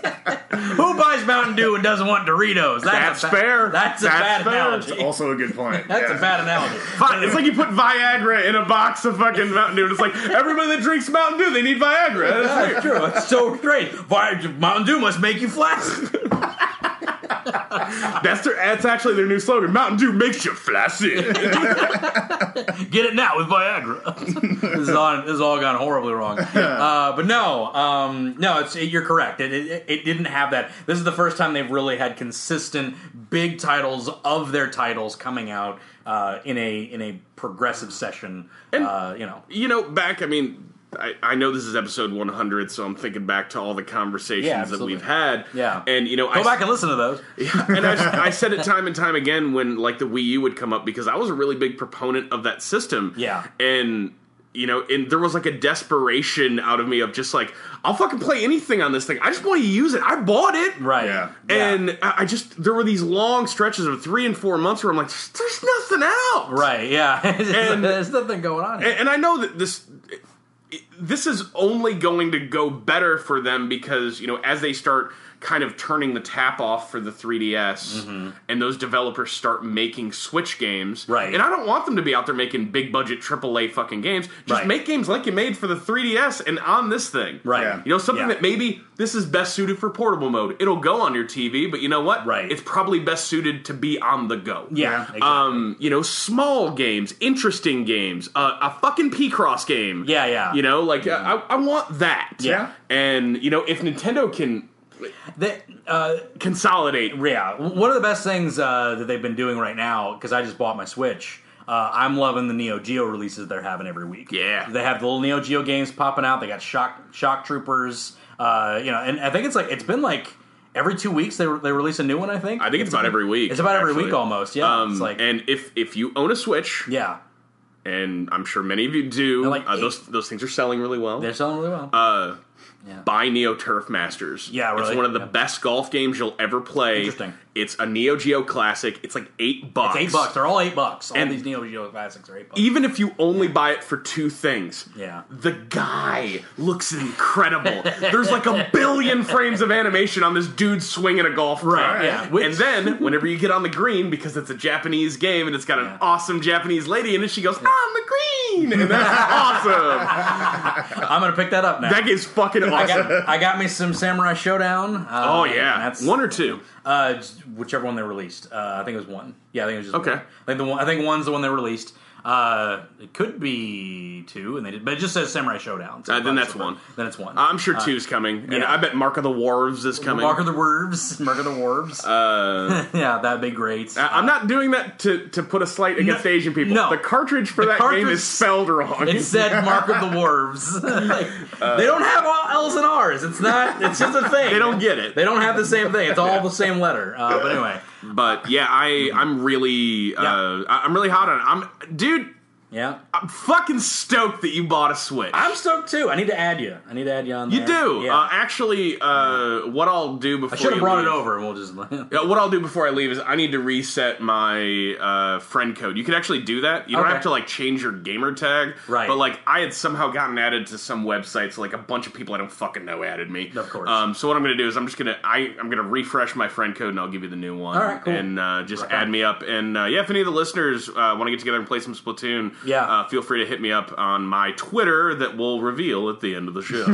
who buys Mountain Dew and doesn't want Doritos. That's a ba- fair. That's a That's bad fair. analogy. also a good point. That's yeah. a bad analogy. Fi- It's like you put Viagra in a box of fucking Mountain Dew. And it's like, everybody that drinks Mountain Dew, they need Viagra. That's That's true. It's so great. Why Mountain Dew must make you flash. [LAUGHS] That's their. That's actually their new slogan. Mountain Dew makes you flaccid. Get it now with Viagra. [LAUGHS] this, is on, this has all gone horribly wrong. Uh, but no, um, no, it's, you're correct. It, it, it didn't have that. This is the first time they've really had consistent big titles of their titles coming out uh, in a in a progressive session. uh, you know, [LAUGHS] you know, back. I mean, I, I know this is episode 100, so I'm thinking back to all the conversations Yeah, that absolutely. we've had. Yeah. and you know, go I, back and listen to those. [LAUGHS] and I, I said it time and time again when like the Wii U would come up because I was a really big proponent of that system. Yeah. and. You know, and there was like a desperation out of me of just like, I'll fucking play anything on this thing. I just want to use it. I bought it. Right. Yeah. And I I just, there were these long stretches of three and four months where I'm like, there's there's nothing out. right. Yeah. [LAUGHS] And- There's nothing going on. Here. and, and I know that this this is only going to go better for them because you know as they start kind of turning the tap off for the 3ds Mm-hmm. and those developers start making switch games Right. and i don't want them to be out there making big budget aaa fucking games just Right. make games like you made for the 3ds and on this thing Right. Yeah. you know something Yeah. that maybe this is best suited for portable mode it'll go on your tv but you know what Right. it's probably best suited to be on the go yeah. Exactly. um, you know, small games, interesting games, uh, a fucking P cross game. Yeah, yeah. You know, like I, I want that. Yeah. And you know, if Nintendo can They- uh, consolidate, Yeah, w- one of the best things uh, that they've been doing right now because I just bought my Switch. Uh, I'm loving the Neo Geo releases they're having every week. Yeah. they have the little Neo Geo games popping out. They got Shock Shock Troopers. Uh, you know, and I think it's like it's been like every two weeks they re- they release a new one. I think. I think it's, about every week. It's about every actually. week almost. Yeah, Um, it's like and if if you own a Switch, yeah, and I'm sure many of you do, They're like uh, eight- those those things are selling really well. they're selling really well. uh, Buy Neo Turf Masters. Yeah, It's really? one of the Yeah. best golf games you'll ever play. Interesting. It's a Neo Geo classic. It's like eight bucks. it's eight bucks. They're all eight bucks. All and- these Neo Geo classics are eight bucks. even if you only buy it for two things, Yeah. the guy looks incredible. There's like a billion frames of animation on this dude swinging a golf club. Right, yeah. Which- and then whenever you get on the green, because it's a Japanese game and it's got an Yeah. awesome Japanese lady, and then she goes, "I'm the green," and [LAUGHS] that's awesome. I'm gonna pick that up now. That is fucking I awesome. got I got me some Samurai Showdown. Uh, Oh yeah, that's one or two. Uh, just whichever one they released. Uh, I think it was one. Yeah, I think it was just Okay. One. I think the one. I think one's the one they released. Uh, it could be two, and they did, but it just says Samurai Showdown. so Uh, then probably that's something. one. Then it's one. I'm sure two's coming, and yeah. I bet Mark of the Wharves is coming. Mark of the [LAUGHS] Werves. Mark of the Werves. [LAUGHS] yeah, that'd be great. I- I'm not doing that to, to put a slight against Asian people. no. The cartridge for The that game cartridge- is spelled wrong. it [LAUGHS] said Mark of the Werves. Like, they don't have all L's and R's. It's not. It's just a thing. Uh, [LAUGHS] they don't get it. They don't have the same thing. It's all the same letter. Uh, but anyway, But yeah, I I'm really uh, Mm-hmm. Yeah. I- I'm really hot on it. I'm dude. yeah. I'm fucking stoked that you bought a Switch. I'm stoked too. I need to add you. I need to add you on. you there. do Yeah. uh, actually. Uh, what I'll do before I should have you brought it leave- over, and we'll just. [LAUGHS] Yeah, what I'll do before I leave is I need to reset my uh, friend code. You can actually do that. You don't Okay. have to like change your gamer tag. Right. But like I had somehow gotten added to some websites. Like a bunch of people I don't fucking know added me. Of course. Um, so what I'm gonna do is I'm just gonna I I'm gonna refresh my friend code and I'll give you the new one. All right, cool. And uh, just Right on. add me up. And uh, yeah, if any of the listeners uh, want to get together and play some Splatoon, Yeah. uh, feel free to hit me up on my Twitter that we'll reveal at the end of the [LAUGHS] show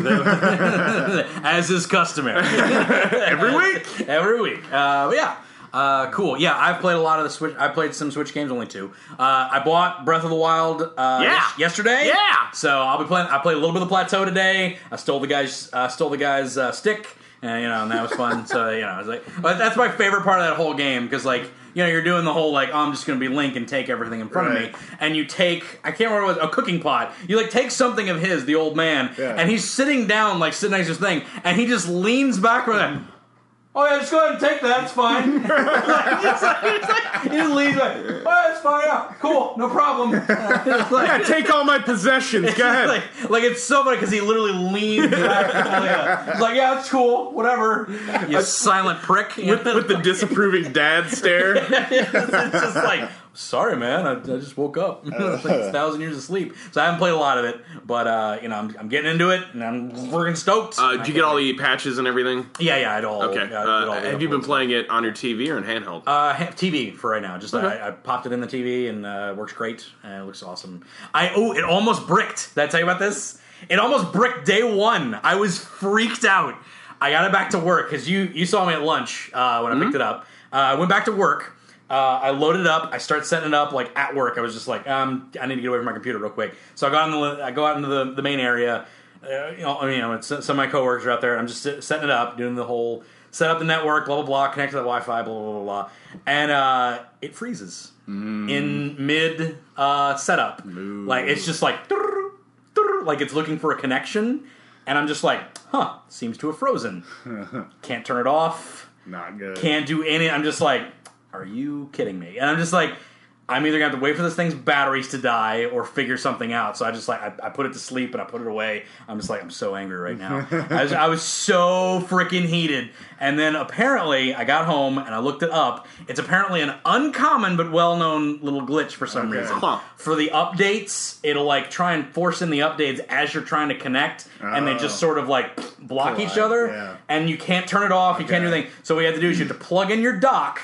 as is customary every week. [LAUGHS] every week. Uh, but yeah, uh, cool. Yeah, I've played a lot of the Switch. I played some Switch games, only two. Uh, I bought Breath of the Wild. Uh, yes- yesterday. Yeah. So I'll be playing. I played a little bit of Plateau today. I stole the guy's. Uh, stole the guy's uh, stick. And you know, and that was fun. so you know, I was like, but that's my favorite part of that whole game because like. You know, you're doing the whole like "Oh, I'm just gonna be Link and take everything in front of Right. me, and you take I can't remember what it was, a cooking pot. You like take something of his, the old man, Yeah. and he's sitting down like sitting next to his thing, and he just leans back from that. oh yeah, just go ahead and take that. It's fine. [LAUGHS] He's like, he's like, he just leaves. Like, oh, that's fine. Yeah, cool, no [LAUGHS] problem. It's like- Yeah, take all my possessions. Go ahead. Like, like, [LAUGHS] it's so funny because he literally leans back. to Leia. He's like, yeah, it's cool, whatever. You silent [LAUGHS] prick. with, with the disapproving dad [LAUGHS] stare. it's just like, sorry, man, I, I just woke up. [LAUGHS] it's like a thousand years of sleep. So I haven't played a lot of it, but uh, you know, I'm, I'm getting into it, and I'm freaking stoked. Uh, did you get all the patches and everything? yeah, yeah, I all. Okay. I did all Uh, the have you been uploads. playing it on your TV or in handheld? Uh, ha- TV for right now. Just uh, I, I popped it in the TV and uh, works great and it looks awesome. I oh, it almost bricked. Did I tell you about this? It almost bricked day one. I was freaked out. I got it back to work because you you saw me at lunch uh, Mm-hmm. when I picked it up. Uh, I went back to work. Uh, I loaded it up. I start setting it up like at work. I was just like, um, I need to get away from my computer real quick. So I got on the I go out into the, the main area. Uh, you know, I mean, you know, it's, some of my coworkers are out there. I'm just sit- setting it up, doing the whole set up the network, blah blah blah, connect to the Wi-Fi, blah blah blah blah, and uh, it freezes in mid uh, setup. Like it's just like "Durr, durr," like it's looking for a connection, and I'm just like, huh, seems to have frozen. Can't turn it off Not good. can't do any. I'm just like, are you kidding me? And I'm just like, I'm either gonna have to wait for this thing's batteries to die or figure something out. So I just like, I, I put it to sleep and I put it away. I'm just like, I'm so angry right [LAUGHS] now. I, was, I was so freaking heated. And then apparently, I got home and I looked it up. It's apparently an uncommon but well-known little glitch for some Okay. reason. Huh. Uh-huh. For the updates, it'll like try and force in the updates as you're trying to connect, and they Oh. just sort of like block each Collide, other yeah. and you can't turn it off. You can't do Okay. anything. So what you have to do is you have to plug in your dock,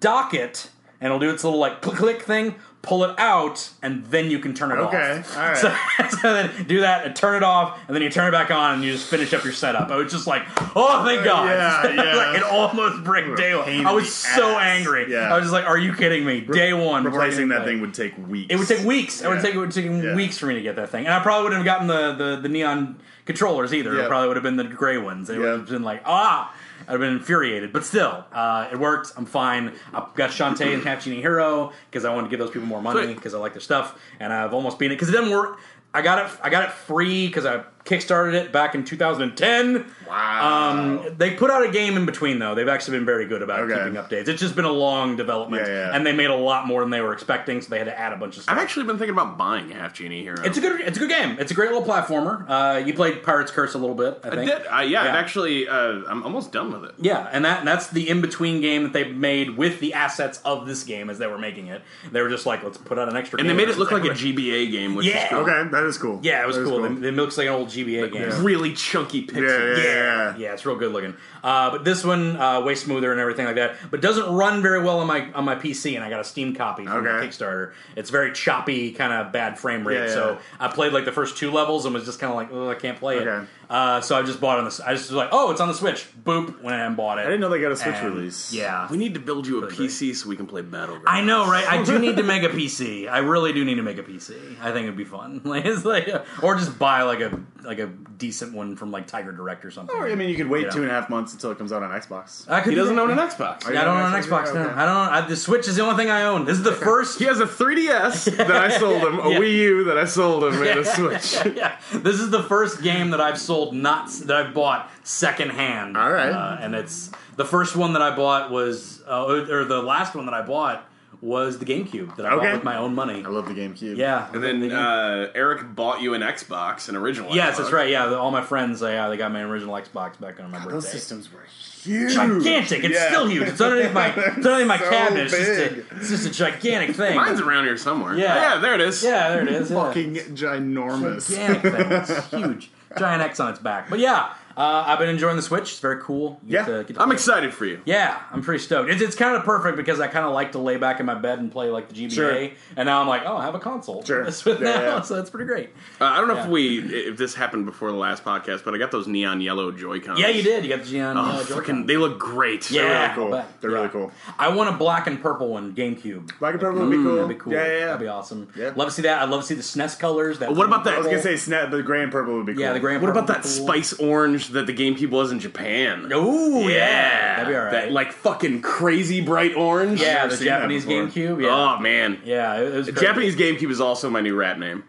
dock it, and it'll do its little like click click thing. Pull it out, and then you can turn it Okay, off. all [LAUGHS] right. So, so then do that and turn it off, and then you turn it back on, and you just finish up your setup. I was just like, "Oh, thank God!" [LAUGHS] yeah, yeah. like it almost bricked day Pain one. in I was the so ass. angry. Yeah. I was just like, "Are you kidding me?" Day one, before I Replacing even that played. thing would take weeks. It would take weeks. It would Yeah. take it would take Yeah. weeks for me to get that thing, and I probably wouldn't have gotten the the, the neon controllers either. Yeah. It probably would have been the gray ones. It Yeah. would have been like ah. I'd have been infuriated, but still, uh, it worked. I'm fine. I've got Shantae and Cappuccini Hero because I wanted to give those people more money Sweet. because I like their stuff, and I've almost beaten it because it didn't work. I got it. I got it free because I kickstarted it back in 2010. Wow. Um, they put out a game in between though. They've actually been very good about Okay. keeping updates. It's just been a long development, Yeah, yeah. and they made a lot more than they were expecting, so they had to add a bunch of stuff. I've actually been thinking about buying Half E Genie Hero. It's a good. It's a good game. It's a great little platformer. Uh, you played Pirates Curse a little bit. I I think. did. Uh, yeah, I've Yeah. actually. Uh, I'm almost done with it. Yeah, and that that's the in between game that they made with the assets of this game as they were making it. They were just like, let's put out an extra. And they game made or it look like something. a GBA game, which is Yeah. cool. okay, that is cool. Yeah, it was That is cool. It, it looks like an old GBA game. Really chunky Yeah, pixels. yeah, yeah. Yeah, it's real good looking. Uh, but this one uh, way smoother and everything like that. But doesn't run very well on my on my PC, and I got a Steam copy from the Okay. Kickstarter. It's very choppy, kind of bad frame rate. Yeah, yeah. So I played like the first two levels and was just kind of like, oh, I can't play Okay. it. Uh, so I just bought it on this. I just was like, oh, it's on the Switch. Boop, went and bought it. I didn't know they got a Switch And, release. Yeah. We need to build you a PC so we can play Battlegrounds. I know, right? I do need to [LAUGHS] make a PC. I really do need to make a PC. I think it'd be fun. [LAUGHS] Like, it's like, or just buy like a like a decent one from like Tiger Direct or something. Or, Oh, I mean, you could wait Yeah. Uh, two and a half months until it comes out on Xbox. I could He do doesn't that. own an Xbox. Yeah. I don't own an Yeah, Xbox now. okay. I don't. I, the Switch is the only thing I own. This is the first. [LAUGHS] He has a 3DS that I sold him, a Yeah. Wii U that I sold him, [LAUGHS] and a Switch. yeah, this is the first game that I've sold not that I've bought secondhand. All right. uh, and it's the first one that I bought was, uh, or, or the last one that I bought was the GameCube that I Okay. bought with my own money. I love the GameCube. Yeah, And then uh, Eric bought you an Xbox, an original. yes, Xbox. that's right. Yeah, the- all my friends, uh, yeah, they got my original Xbox back on my birthday. Those systems were huge. Gigantic! It's Yeah. still huge. It's underneath my, it's underneath my [LAUGHS] So cabinet. It's just, big. a, it's just a gigantic thing. Mine's around here somewhere. Yeah. Oh, yeah, there it is. yeah, there it is. yeah. Fucking ginormous. gigantic thing. [LAUGHS] It's huge. Giant X on its back. But yeah, uh, I've been enjoying the Switch. It's very cool. You Yeah. I'm play. excited for you. Yeah, I'm pretty stoked. It's, it's kind of perfect because I kind of like to lay back in my bed and play like the GBA, Sure. and now I'm like, oh, I have a console. [LAUGHS] Sure. That's what Yeah, now, yeah. so that's pretty great. Uh, I don't know if Yeah. we if this happened before the last podcast, but I got those neon yellow Joy Cons. Yeah, you did. You got the Gion. Oh, uh, fucking, Joy-Con. they look great. Yeah. They're really I'll cool. bet. They're Yeah. really cool. I want a black and purple one GameCube. Black and purple would be cool. That'd be cool. Yeah, yeah, yeah. That'd be awesome. Yeah. Love to see that. I'd love to see the SNES colors. That What about that- I was gonna say snap, but gray and purple would be cool. Yeah, the gray. and What about purple that would be cool. spice orange wish that the GameCube was in Japan. Ooh, Oh, yeah. Yeah, That'd be all right. That like fucking crazy bright orange. yeah, never the seen that Japanese before. GameCube. Yeah. Oh man, Yeah, it it was great. Japanese GameCube is also my new rap name.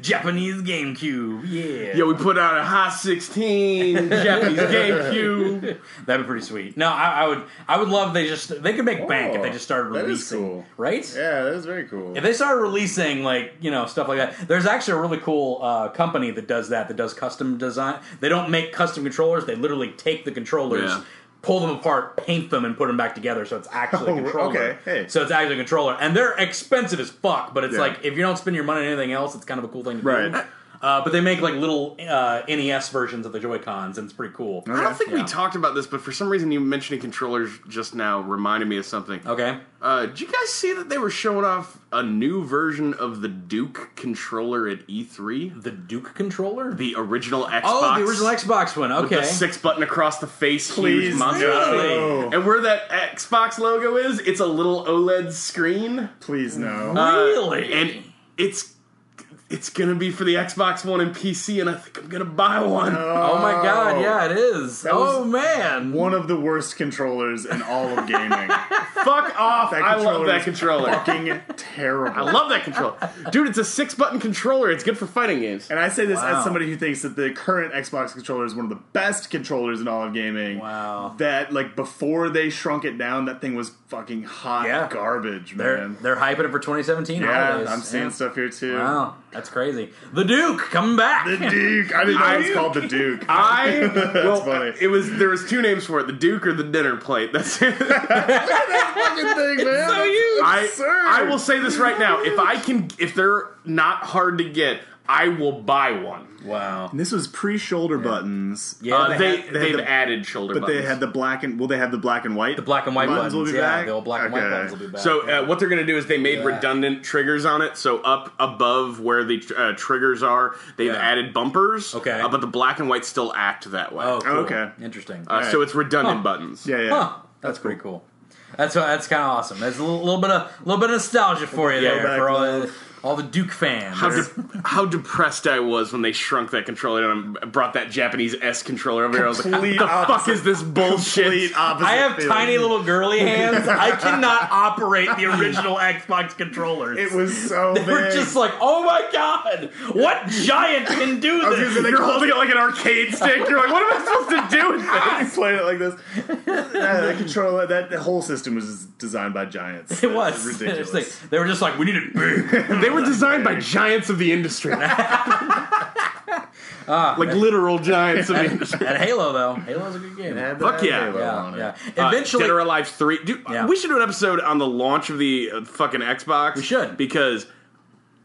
Japanese GameCube. Yeah. Yeah, we put out a high [LAUGHS] sixteen Japanese GameCube. That'd be pretty sweet. No, I, I would. I would love they just they could make bank if they just started Oh, that is releasing, cool. right? Yeah, that is very cool. If they started releasing like you know stuff like that, there's actually a really cool uh, company that does that. That does custom design. They don't make custom controllers. They literally take the controllers. Yeah. Pull them apart, paint them, and put them back together, so it's actually [LAUGHS] Oh, a controller. okay, hey. So it's actually a controller, and they're expensive as fuck. But it's Yeah. like if you don't spend your money on anything else, it's kind of a cool thing to do. Right. Uh, but they make like little uh, NES versions of the Joy Cons, and it's pretty cool. I don't think we Yeah. talked about this, but for some reason you mentioning controllers just now reminded me of something. Okay. Uh, did you guys see that they were showing off a new version of the Duke controller at E3? The Duke controller? The original Xbox. oh, the original Xbox one. Okay. The six button across the face, Please, huge monster. no. And where that Xbox logo is, it's a little OLED screen. Please Mm-hmm. no. really? uh, And it's it's gonna be for the Xbox One and PC, and I think I'm gonna buy one. oh my god, yeah, it is. was Oh man. One of the worst controllers in all [LAUGHS] of gaming. Fuck off! That I love controller that is controller. Fucking terrible. I love that controller, dude. It's a six button controller. It's good for fighting games. And I say this Wow. as somebody who thinks that the current Xbox controller is one of the best controllers in all of gaming. Wow. That like before they shrunk it down, that thing was fucking hot Yeah. garbage, They're man. they're hyping it for 2017 yeah, holidays. I'm seeing Yeah. stuff here too. Wow, that's crazy. The Duke coming back. [LAUGHS] The Duke. I didn't know it was Duke. called the Duke. [LAUGHS] I well, funny. it was there was two names for it: the Duke or the dinner plate. That's [LAUGHS] it. fucking thing, man. so huge. I Absurd. I will say this right now: if I can, if they're not hard to get, I will buy one. Wow. This was pre-shoulder buttons. Yeah, Uh, they they, they had- they have had the- added shoulder, But buttons. they had the black and will they have the black and white? the black and white buttons. buttons will be yeah, back? the old black and white Okay. buttons will be back. So uh, what they're going to do is they made Yeah. redundant triggers on it. So up above where the uh, triggers are, they've Yeah. added bumpers. Okay. uh, but the black and white still act that way. oh, cool. okay. Interesting. Uh, So right. it's redundant buttons. Yeah, yeah. Huh. That's pretty cool. That's that's kind of awesome. That's a little, little bit of little bit of nostalgia for you Yeah, there back for all love. the, all the Duke fans. How, de- how depressed I was when they shrunk that controller and I brought that Japanese S controller over here. I was like, Complete "The fuck opposite- is this bullshit?" Complete opposite I have feeling. tiny little [LAUGHS] girly hands. I cannot operate the original Xbox controllers. It was [LAUGHS] so they big. were just like, oh my god, what giant can [LAUGHS] do was this? gonna You're holding it like an [LAUGHS] arcade stick. You're like, "What am I supposed to do with this?" I played it like this. Yeah, that controller, that the whole system was designed by [LAUGHS] giants. It was It's ridiculous. like- they were just like, we need it big. They were designed by giants of the [LAUGHS] industry. Ah, like literal giants [LAUGHS] of the industry. And Halo though, Halo's a good game. Yeah, Fuck yeah. yeah. Uh, Eventually, Dead or Alive 3. Dude, Yeah. we should do an episode on the launch of the uh, fucking Xbox. We should. Because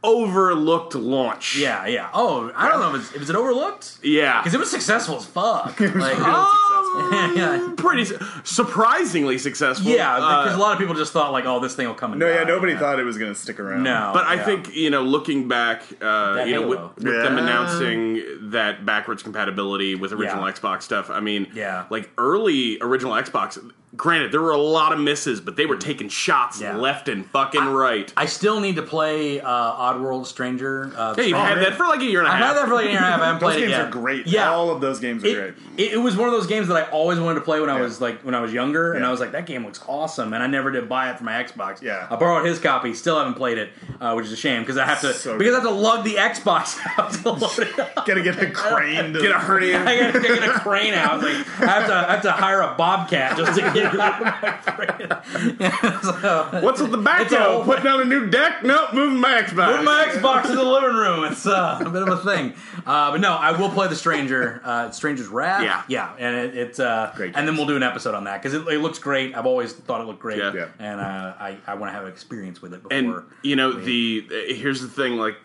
overlooked launch. yeah, yeah. Oh, I don't know, if it's, was it overlooked? Yeah. Because it was successful as [LAUGHS] fuck. Like, [LAUGHS] Um, Yeah. pretty su- surprisingly successful. yeah, because Uh, a lot of people just thought like, oh, this thing will come. And No, yeah, die. nobody thought it was going to stick around. No, but I yeah. think you know, looking back, uh, That you know, with, Halo. with them Yeah. announcing that backwards compatibility with original Yeah. Xbox stuff, I mean, Yeah. like early original Xbox. Granted, there were a lot of misses, but they were taking shots Mm. Yeah. left and fucking right. I still need to play uh, Oddworld Stranger. Uh, Hey, you've Oh, had man. that for like a year and a I've half. had that for like an year and a half. I haven't [LAUGHS] Those played it games yet. are great. Yeah, All of those games are it, great. it, it was one of those games that I always wanted to play when I Yeah. was like when I was younger, and Yeah. I was like, that game looks awesome, and I never did buy it for my Xbox. Yeah. I borrowed his copy, still haven't played it, uh, which is a shame because I have to So because I have to lug the Xbox [LAUGHS] out to load it up. Gotta [LAUGHS] get a crane to Get a [LAUGHS] hernia. I gotta get a crane out. Like I have to, I have to hire a bobcat just to get it out of my crane. [LAUGHS] so, What's with the back It's a though? whole- Putting on a new deck? Nope, moving my Xbox. Put my Xbox in the living room. It's uh, a bit of a thing, uh, but no, I will play the Stranger, uh, Stranger's Wrath. Yeah. yeah, and it, it's uh, Great and then games. we'll do an episode on that because it, it looks great. I've always thought it looked great, Yeah. Yeah. and uh, I I want to have an experience with it before. and you know the uh, here's the thing like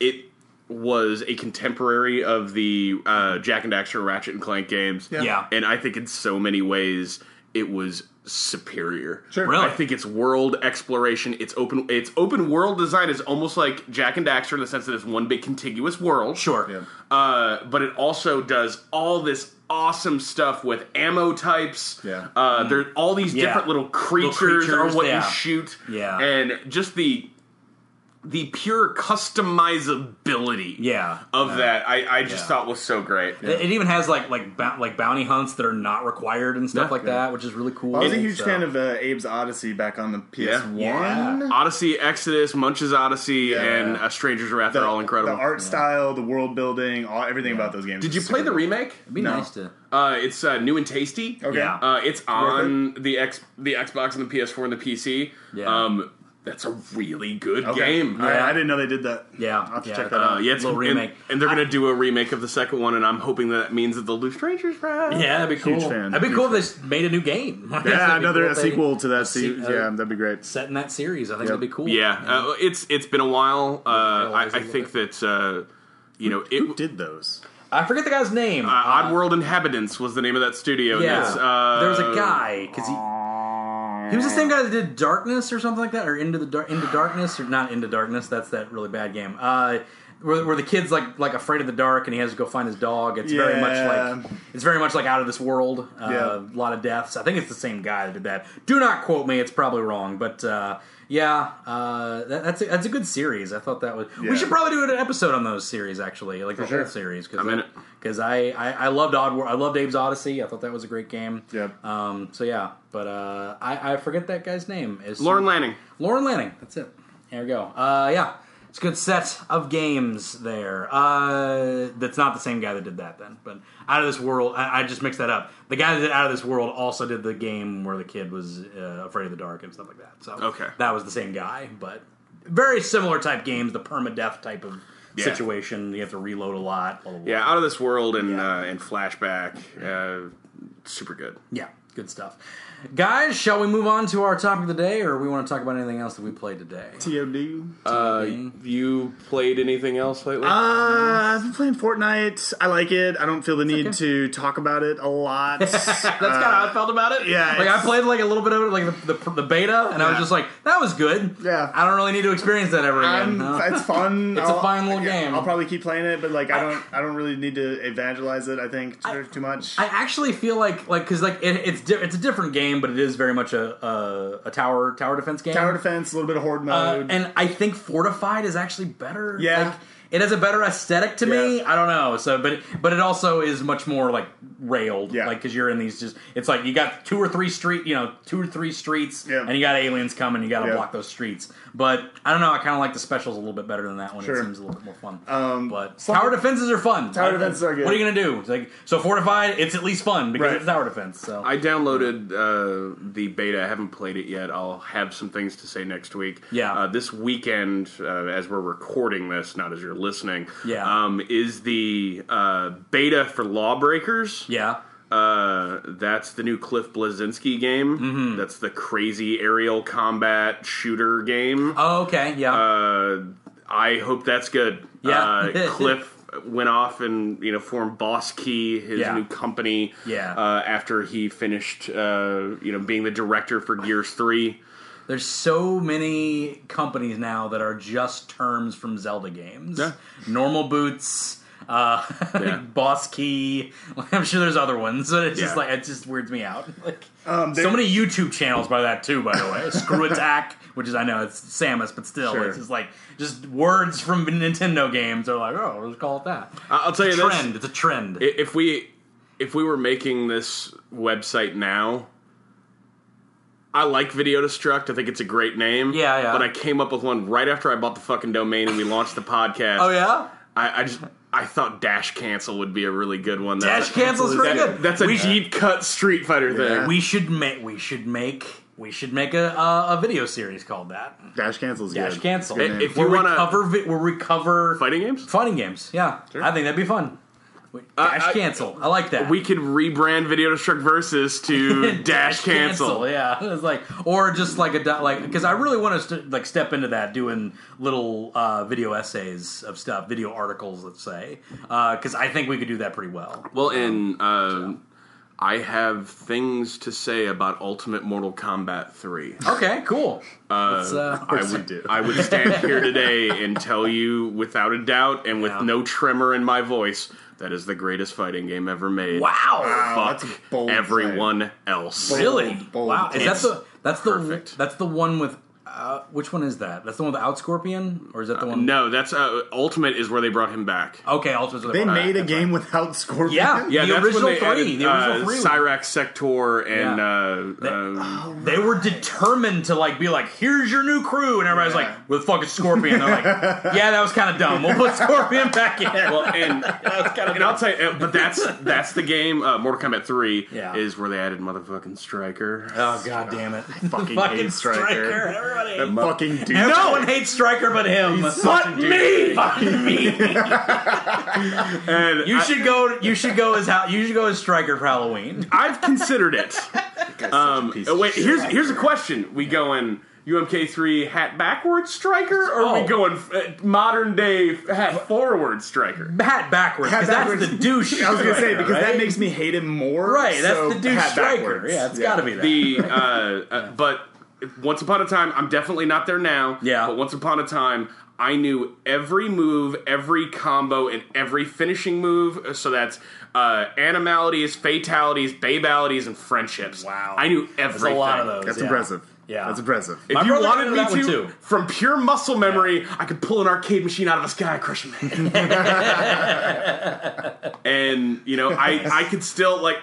it was a contemporary of the uh, Jack and Daxter Ratchet and Clank games. Yeah. yeah, And I think in so many ways it was superior. Sure. Really? I think its world exploration, its open its open world design is almost like Jack and Daxter in the sense that it's one big contiguous world. sure. Yeah. Uh, but it also does all this awesome stuff with ammo types. Yeah. Uh, there all these Yeah. different little creatures, creatures, are what yeah. you shoot. Yeah. And just the the pure customizability Yeah. of that I, I just Yeah. thought was so great. It, it even has like like bou- like bounty hunts that are not required and stuff Yeah. like that, which is really cool. I was a huge So- fan of uh, Abe's Odyssey back on the PS1. Yeah. Odyssey, Exodus, Munch's Odyssey, and uh, Stranger's Wrath are all incredible. The art style, the world building, all, everything about those games. Did is you play super the cool. remake? It'd be No. nice to. Uh, it's uh, new and tasty. Okay. Yeah. Uh, it's on the X, the Xbox and the PS4 and the PC. Yeah. Um, that's a really good Okay. game. All right, Yeah. I didn't know they did that. Yeah, I'll have to yeah. check that Uh, out. yeah, it's Little and- remake. and, they're gonna do a remake of the second one, and I'm hoping that, that means that they'll do Strangers Wrath. Yeah, that'd be cool. Huge fan. That'd be Huge cool if they made a new game. [LAUGHS] That'd be Yeah, cool another if a they sequel to that. series. uh, yeah, that'd be great. set in that series. I think that'd be cool. yeah. Uh, it's it's been a while. Uh, I, always I love think that uh, you know it. Who did those? I forget the guy's name. uh, Oddworld Inhabitants was the name of that studio. and Yeah, it's, uh, there was a guy because he he was the same guy that did Darkness or something like that, or Into the Dar- Into Darkness or not Into Darkness. That's that really bad game. Uh, where, where the kid's like like afraid of the dark and he has to go find his dog. It's very Yeah. much like it's very much like out of this world. Uh, Yeah. a lot of deaths. I think it's the same guy that did that. Do not quote me; it's probably wrong, but. Uh, yeah, uh, that, that's a, that's a good series. I thought that was. Yeah. We should probably do an episode on those series, actually, like the sure. whole series, I'm in it. because I, I I loved Odd I loved Abe's Odyssey. I thought that was a great game. Yep. Um. So yeah, but uh, I I forget that guy's name. Is Lauren Lanning. Lauren Lanning. That's it. There we go. Uh. Yeah. It's a good set of games there. Uh, that's not the same guy that did that then, but Out of This World, I, I just mixed that up. The guy that did Out of This World also did the game where the kid was uh, afraid of the dark and stuff like that. So Okay. that was the same guy, but very similar type games, the permadeath type of Yeah. situation. You have to reload a lot. blah, blah, blah. Yeah, out of this world and Yeah. uh, and flashback, uh, super good. Yeah, good stuff. Guys, shall we move on to our topic of the day, or we want to talk about anything else that we played today? TOD. Uh, you played anything else lately? Uh, I've been playing Fortnite. I like it. I don't feel the need to talk about it a lot. [LAUGHS] That's kind of how I felt about it. yeah, like I it's- played like a little bit of it, like the, the, the beta, and I was Yeah. just like, "That was good." Yeah. I don't really need to experience that ever again. I'm- huh? it's fun. [LAUGHS] It's a fine little game. I'll probably keep playing it, but like I don't, I don't really need to evangelize it. I think too, too much. I actually feel like like because like it, it's di- it's a different game, but it is very much a a, a tower tower defense game. Tower defense, a little bit of horde Uh, mode. and I think fortified is actually better. Yeah. Like, it has a better aesthetic to me. Yeah. I don't know. So, but but it also is much more like railed. Yeah. Like because you're in these just it's like you got two or three street you know two or three streets Yeah. and you got aliens coming. You got to Yeah. block those streets. But I don't know. I kind of like the specials a little bit better than that one. It Sure. seems a little bit more fun. Um, but some- tower defenses are fun. Tower I- defenses are good. What are you gonna do? It's like so fortified. It's at least fun because Right. it's tower defense. So I downloaded uh, the beta. I haven't played it yet. I'll have some things to say next week. Yeah. Uh, this weekend, uh, as we're recording this, not as you're listening, Yeah. um, is the uh, beta for Lawbreakers. yeah. Uh, that's the new Cliff Blazinski game. Mm-hmm. That's the crazy aerial combat shooter game. Oh, okay. Yeah. Uh, I hope that's good. [LAUGHS] Yeah. Uh, Cliff went off and you know formed Boss Key, his Yeah. new company. Yeah. Uh, after he finished, uh, you know, being the director for Gears Three. There's so many companies now that are just terms from Zelda games. Yeah. Normal boots, uh, [LAUGHS] Yeah. boss key. [LAUGHS] I'm sure there's other ones, but it's just Yeah. like it just weirds me out. [LAUGHS] Like Um, so there- many YouTube channels by that too. By the [LAUGHS] way, Screw Attack, which is I know it's Samus, but still, Sure. it's just like just words from Nintendo games. They're like, oh, let's call it that. I- Uh, I'll tell you this: trend. It's a trend. i- if we if we were making this website now. I like Video Destruct. I think it's a great name. Yeah, yeah. But I came up with one right after I bought the fucking domain and we launched the [LAUGHS] podcast. oh yeah. I, I just I thought Dash Cancel would be a really good one. Dash Cancel is pretty that- good. That's a We- deep cut Street Fighter Yeah. thing. We should make. We should make. We should make a a, a video series called that. Dash cancels. Dash good. cancel. Good name. If We'll you want to recover. Vi- we'll recover fighting games, fighting games. Yeah, I think that'd be fun. Wait, Dash I- cancel. I like that. we could rebrand Video Destruct Versus to Dash, Cancel. [LAUGHS] Yeah, it's like or just like a do- like because I really want to st- like step into that doing little uh, video essays of stuff, video articles, let's say, because I think we could do that pretty well. Well, and uh, I have things to say about Ultimate Mortal Kombat Three. Okay, cool. Let's, uh, I course you would, do. I would stand here today and tell you without a doubt and with Yeah. no tremor in my voice that is the greatest fighting game ever made. [LAUGHS] wow. Fuck that's a bold everyone else. claim. Really? Bold, bold wow. Is that It's the that's the perfect. that's the one with Uh, which one is that? That's the one without Scorpion, or is that the one? No, that's uh, Ultimate is where they brought him back. Okay, Ultima's They made a that's game without Scorpion. [LAUGHS] Yeah, Yeah, The that's original when they three, Added, the original uh, three. Cyrax Sector and Yeah. uh, um, right. They were determined to like be like, "Here's your new crew," and everybody's Yeah. like, "With fucking Scorpion." They're [LAUGHS] like, "Yeah, that was kind of dumb. We'll put Scorpion back in." well, [LAUGHS] and that's kind of and I'll tell you, uh, but [LAUGHS] that's that's the game. Uh, Mortal Kombat Three Yeah. is where they added motherfucking Striker. Oh god damn it! fucking, [LAUGHS] [LAUGHS] fucking hate Striker. Striker. Everybody. That hates- fucking [LAUGHS] dude. Everyone hates Striker but him. such a [LAUGHS] me! Fucking me. And You should go. You should go as how. You should go as Striker for Halloween. I've considered it. Um, piece uh, of wait, shit. here's here's a question. We going UMK3 hat backwards striker, or are Oh. we going uh, modern day hat forward striker? Hat backwards Hat because that's backwards. the douche. I was gonna say Striker, because that right? makes me hate him more. right. That's so the douche hat Striker. backwards. Yeah, it's got to be that. The uh, uh, but once upon a time, I'm definitely not there now. Yeah. but once upon a time. I knew every move, every combo, and every finishing move. So that's uh, animalities, fatalities, babalities, and friendships. Wow. I knew everything. There's a lot of those. That's yeah. impressive. Yeah. that's impressive. If My you brother wanted got me that one to, too. from pure muscle memory, I could pull an arcade machine out of a sky, crush a [LAUGHS] man. and you know, I I could still like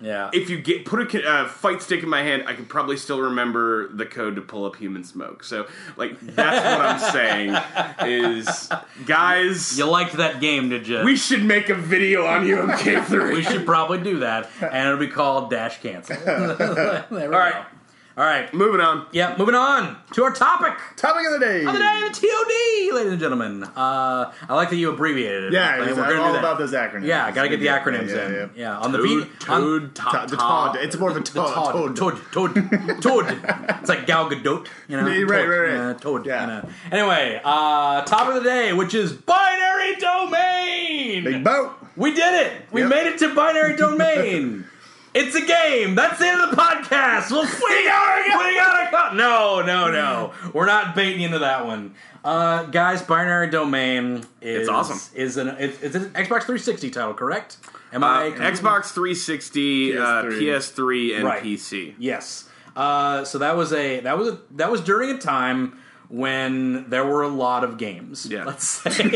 Yeah. if you get put a ki- uh, fight stick in my hand, I could probably still remember the code to pull up human smoke. So like that's what I'm saying is, guys, you liked that game, did you? we should make a video on UMK3. We should probably do that, and it'll be called Dash [LAUGHS] Cancel. All All right. All right. Moving on. Yeah, moving on to our topic Topic of the day. of the day, the TOD, ladies and gentlemen. Uh, I like that you abbreviated it. Yeah, Like, it's we're all gonna do that. about those acronyms. Yeah, I gotta get the Yeah, acronyms yeah, in. yeah. Yeah, on the V. on- Ta- the Todd. It's more of a The Todd, Todd. Todd, Todd, Todd. It's like Gal Gadot, you know. Yeah, right, Todd, right, right. Uh, Todd. Yeah. You know. Anyway, uh, top of the day, which is binary domain. Big boat. We did it. We Yep. made it to binary domain. it's a game. That's the end of the podcast. We'll see. we gotta go. No, no, no. We're not baiting into that one. Uh, guys, binary domain is awesome. Is an it's, it's an Xbox 360 title, correct? Am Uh, I Xbox 360, Uh, PS3. PS3, and Right. PC. Yes. Uh, so that was a that was a that was during a time when there were a lot of games. Yeah. Let's say. [LAUGHS]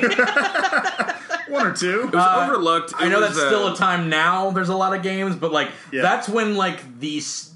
One or two. It was overlooked. I It know was, that's uh, still a time now. There's a lot of games, but like Yeah. that's when like these.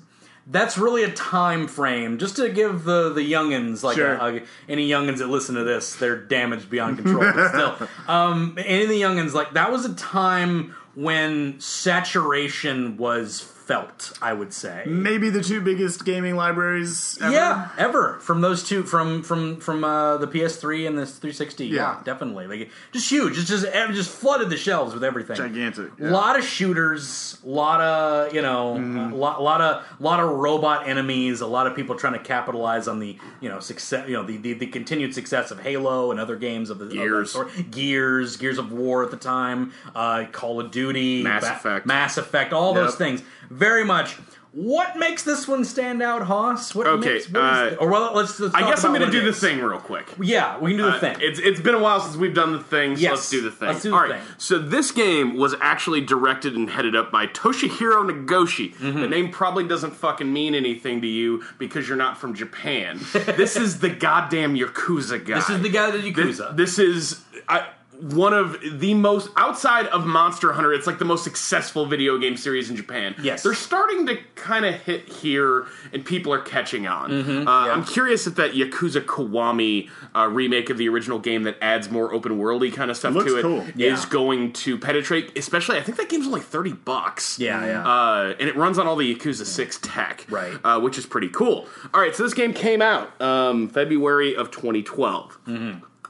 That's really a time frame, just to give the the youngins like Sure. a, a- any youngins that listen to this, they're damaged beyond control. but still, um, any of the youngins like that was a time when saturation was felt. I would say, Maybe the two biggest gaming libraries. Ever. yeah, ever from those two, from from from uh, the PS3 and the 360. Yeah, Yeah. definitely. Like just huge. It's just it just flooded the shelves with everything. Gigantic, yeah. Lot of shooters. Lot of you know. uh, Lot lot of lot of robot enemies. A lot of people trying to capitalize on the you know success. You know the the, the continued success of Halo and other games of the of that Gears. sort. Gears, Gears of War at the time. Uh, Call of Duty, Mass Ba- Effect. Mass Effect. All Yep. those things. Very much. What makes this one stand out, Haas? What Okay, makes what is uh, th- or well, let's. let's I talk guess I'm about going what to it do the is. thing real quick. Yeah, we can do the Uh, thing. It's, it's been a while since we've done the thing, so Yes. let's do the thing. Let's do the All right, thing. so this game was actually directed and headed up by Toshihiro Nagoshi. Mm-hmm. The name probably doesn't fucking mean anything to you because you're not from [LAUGHS] Japan. this is the goddamn Yakuza guy. this is the guy that This, Yakuza. this is I, one of the most outside of Monster Hunter. It's like the most successful video game series in Japan. Yes. they're starting to kind of hit here, and people are catching on. Mm-hmm. uh, I'm curious if that Yakuza Kiwami uh, remake of the original game that adds more open worldy kind of stuff Looks to it is cool. Yeah. going to penetrate. Especially, I think that game's only thirty bucks. Yeah, yeah. Uh, and it runs on all the Yakuza Six tech, Right. Uh, which is pretty cool. All right, so this game came out um, February of 2012.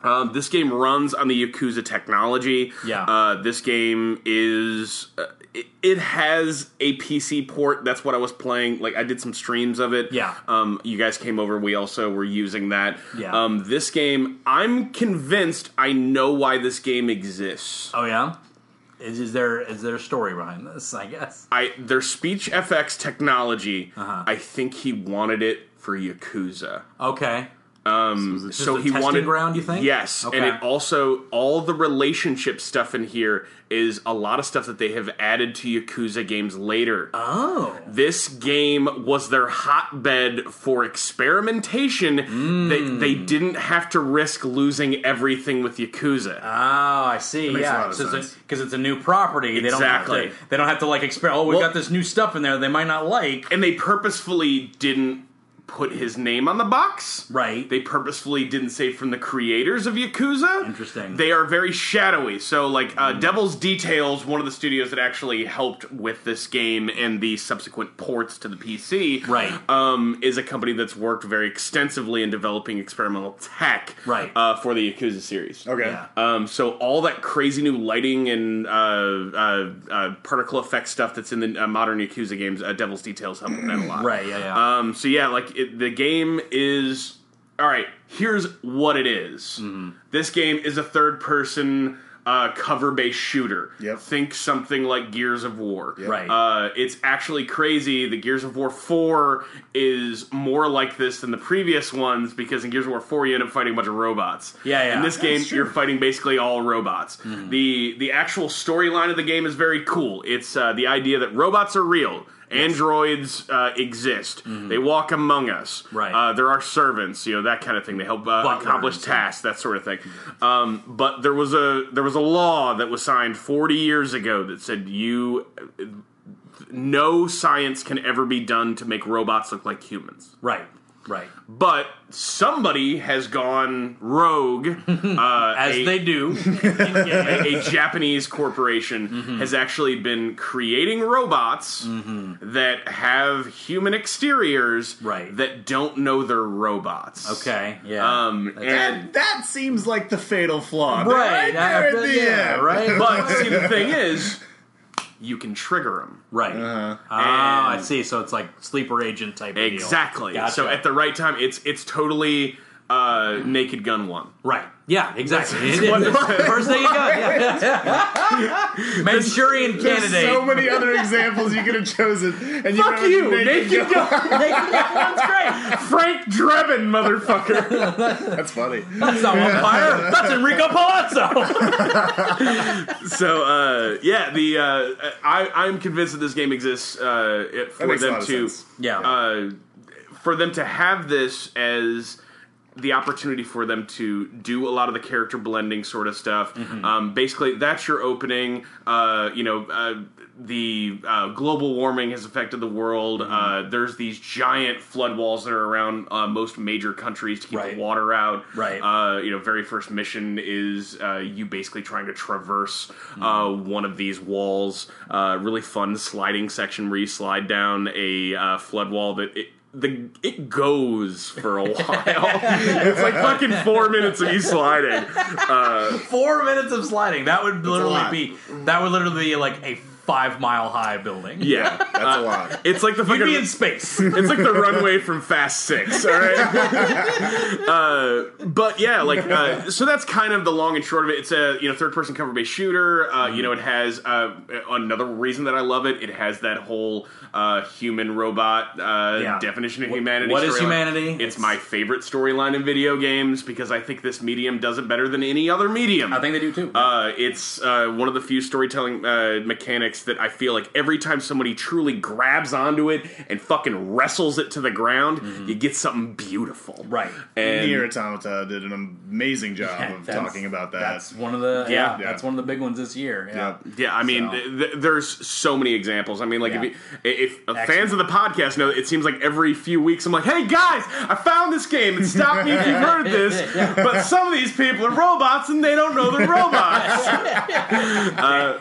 Um, this game runs on the Yakuza technology. Yeah. Uh, this game is. Uh, it, it has a PC port. That's what I was playing. Like, I did some streams of it. Yeah. Um, you guys came over. We also were using that. Yeah. Um, this game, I'm convinced I know why this game exists. oh yeah. Is, is there is there a story behind this? I guess. I Their speech Uh-huh. FX technology, I think he wanted it for Yakuza. Okay. Um, Just so a he testing wanted ground. You think? Yes, Okay. and it also all the relationship stuff in here is a lot of stuff that they have added to Yakuza games later. oh. This game was their hotbed for experimentation. Hmm. They they didn't have to risk losing everything with Yakuza. Oh, I see. makes a lot yeah, of because it's, sense. a- 'cause it's a new property. They don't Exactly. have to. They don't have to like experiment. Oh, we've Well- got this new stuff in there. They might not like. and they purposefully didn't put his name on the box. Right. They purposefully didn't say from the creators of Yakuza. Interesting. Hmm. They are very shadowy. So, like, uh, Devil's Details, one of the studios that actually helped with this game and the subsequent ports to the PC, Right. um, is a company that's worked very extensively in developing experimental tech Right. uh, for the Yakuza series. Okay. Yeah. Um, so all that crazy new lighting and uh, uh, uh, particle effect stuff that's in the uh, modern Yakuza games, uh, Devil's Details help with that a lot. Right. Yeah. Yeah. Um, so yeah, like it, the game is all right. Here's what it is. This game is a third-person uh, cover-based shooter. Yep. Think something like Gears of War. Right. Uh, it's actually crazy. The Gears of War four is more like this than the previous ones because in Gears of War four you end up fighting a bunch of robots. Yeah, yeah. In this game, you're fighting basically all robots. The the actual storyline of the game is very cool. It's uh, the idea that robots are real. Androids uh, exist. They walk among us. Right. Uh, there are servants. You know that kind of thing. They help uh, Butlers accomplish and- tasks, that sort of thing. Um, but there was a there was a law that was signed 40 years ago that said you no science can ever be done to make robots look like humans. right. Right. But somebody has gone rogue. Uh, As a- they do. a, a Japanese corporation has actually been creating robots that have human exteriors Right. that don't know they're robots. okay. Yeah. Um, and And that seems like the fatal flaw. They're right. there I- at the yeah. end. Right. but see, the thing is, you can trigger them. Right. Oh, I see. So it's like sleeper agent type. of deal. Exactly. Gotcha. So at the right time, it's it's totally uh, Naked Gun one. right. Yeah. Exactly. It what is. it says. First thing you got. [LAUGHS] yeah. Manchurian There's candidate. so many other examples you could have chosen, and you Fuck went with you, Naked Gun. That's [LAUGHS] great. Frank Drebin, motherfucker. That's funny. That's not on fire. That's Enrico Palazzo. so uh, yeah, the uh, I I'm convinced that this game exists uh, it- for That makes a lot them of to sense. Yeah. uh, for them to have this as the opportunity for them to do a lot of the character blending sort of stuff. Um, basically, that's your opening. Uh, you know, uh, the uh, global warming has affected the world. Uh, there's these giant flood walls that are around uh, most major countries to keep Right. the water out. Right. Uh, you know, very first mission is uh, you basically trying to traverse uh, one of these walls. Uh, really fun sliding section where you slide down a uh, flood wall that. It, the, it goes for a [LAUGHS] while. it's like fucking four minutes of you sliding. Four minutes of sliding. That would literally lot. be. That would literally be like a five mile high building. Yeah, [LAUGHS] That's a lot. it's like the You'd fucking be in [LAUGHS] space. It's like the runway from Fast Six, all [LAUGHS] right. uh, but yeah, like uh, so that's kind of the long and short of it. It's a you know third person cover based shooter. Uh, Mm-hmm. You know it has uh, another reason that I love it. It has that whole uh, human robot uh, Yeah. definition of What- humanity. what is storyline. humanity? It's, It's- my favorite storyline in video games because I think this medium does it better than any other medium. I think they do too. Uh, it's uh, one of the few storytelling uh, mechanics that I feel like every time somebody truly grabs onto it and fucking wrestles it to the ground, you get something beautiful. Mm-hmm. right. [LAUGHS] And Near Automata did an amazing job Yeah, of that's- talking about that. That's one of the. Yeah, Yeah. That's one of the big ones this year. Yeah. Yeah. yeah, I mean, th- th- there's so many examples. I mean, like Yeah. if, you, if uh, Excellent. fans of the podcast know, it seems like every few weeks I'm like, "Hey guys, I found this game. and stop me if you've [LAUGHS] heard this." But some of these people are robots and they don't know [LAUGHS] they're robots.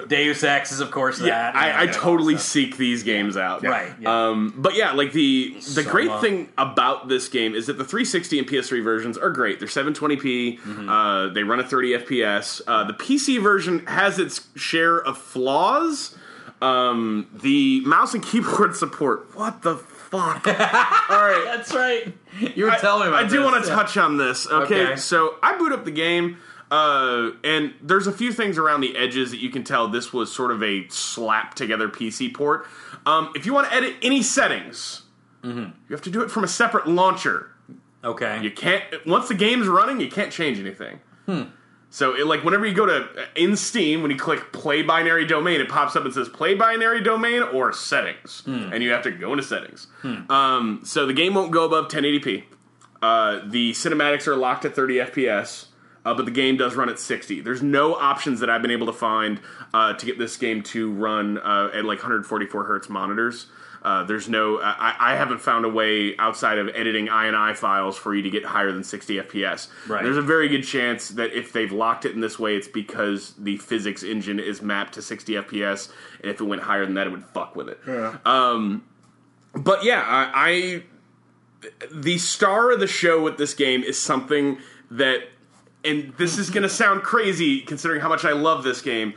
Deus Ex is of course Yeah, that. I, I Yeah. totally seek these games out. Right, yeah. Um, but yeah, like the the great uh, thing about this game is that the 360 and PS3 versions are great. They're 720p. Mm-hmm. Uh, they run at 30 FPS. Uh, the PC version has its share of flaws. Um, the mouse and keyboard [LAUGHS] support. What the [LAUGHS] fuck? All right. That's right. You were I- telling me. About I do this. want to Yeah. touch on this. Okay, Okay. so I boot up the game, uh, and there's a few things around the edges that you can tell this was sort of a slap together PC port. Mm-hmm. Um, if you want to edit any settings, you have to do it from a separate launcher. Okay. You can't once the game's running, you can't change anything. So it, like whenever you go to in Steam, when you click play binary domain, it pops up and says play binary domain or settings, and you have to go into settings. Um, so the game won't go above 1080p. Uh, the cinematics are locked at 30 FPS, uh, but the game does run at 60. There's no options that I've been able to find uh, to get this game to run uh, at like 144 hertz monitors. Uh, there's no, I, I haven't found a way outside of editing INI files for you to get higher than 60 FPS. Right. There's a very good chance that if they've locked it in this way, it's because the physics engine is mapped to 60 FPS, and if it went higher than that, it would fuck with it. But yeah, I, I the star of the show with this game is something that, and this is going to sound crazy considering how much I love this game.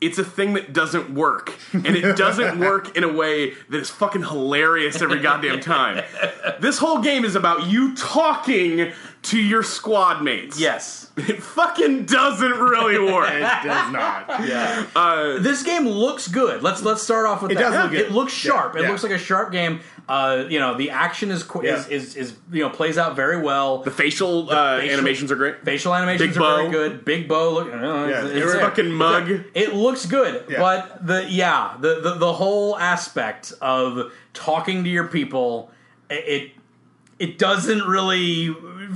It's a thing that doesn't work, and it doesn't work in a way that is fucking hilarious every goddamn time. This whole game is about you talking to your squad mates. Yes. it fucking doesn't really [LAUGHS] work. It [LAUGHS] does not. Yeah. This game looks good. Let's let's start off with It that. does look good. It looks Yeah, sharp. It yeah. looks like a sharp game. Uh, you know, the action is, qu- Yeah. is is is you know plays out very well. The facial, uh, facial- animations are great. Facial animations Big are very bow. good. Big bow look. Uh, Yeah, it's they were there. fucking mug. It looks good, Yeah. but the yeah the, the the whole aspect of talking to your people, i- it it doesn't really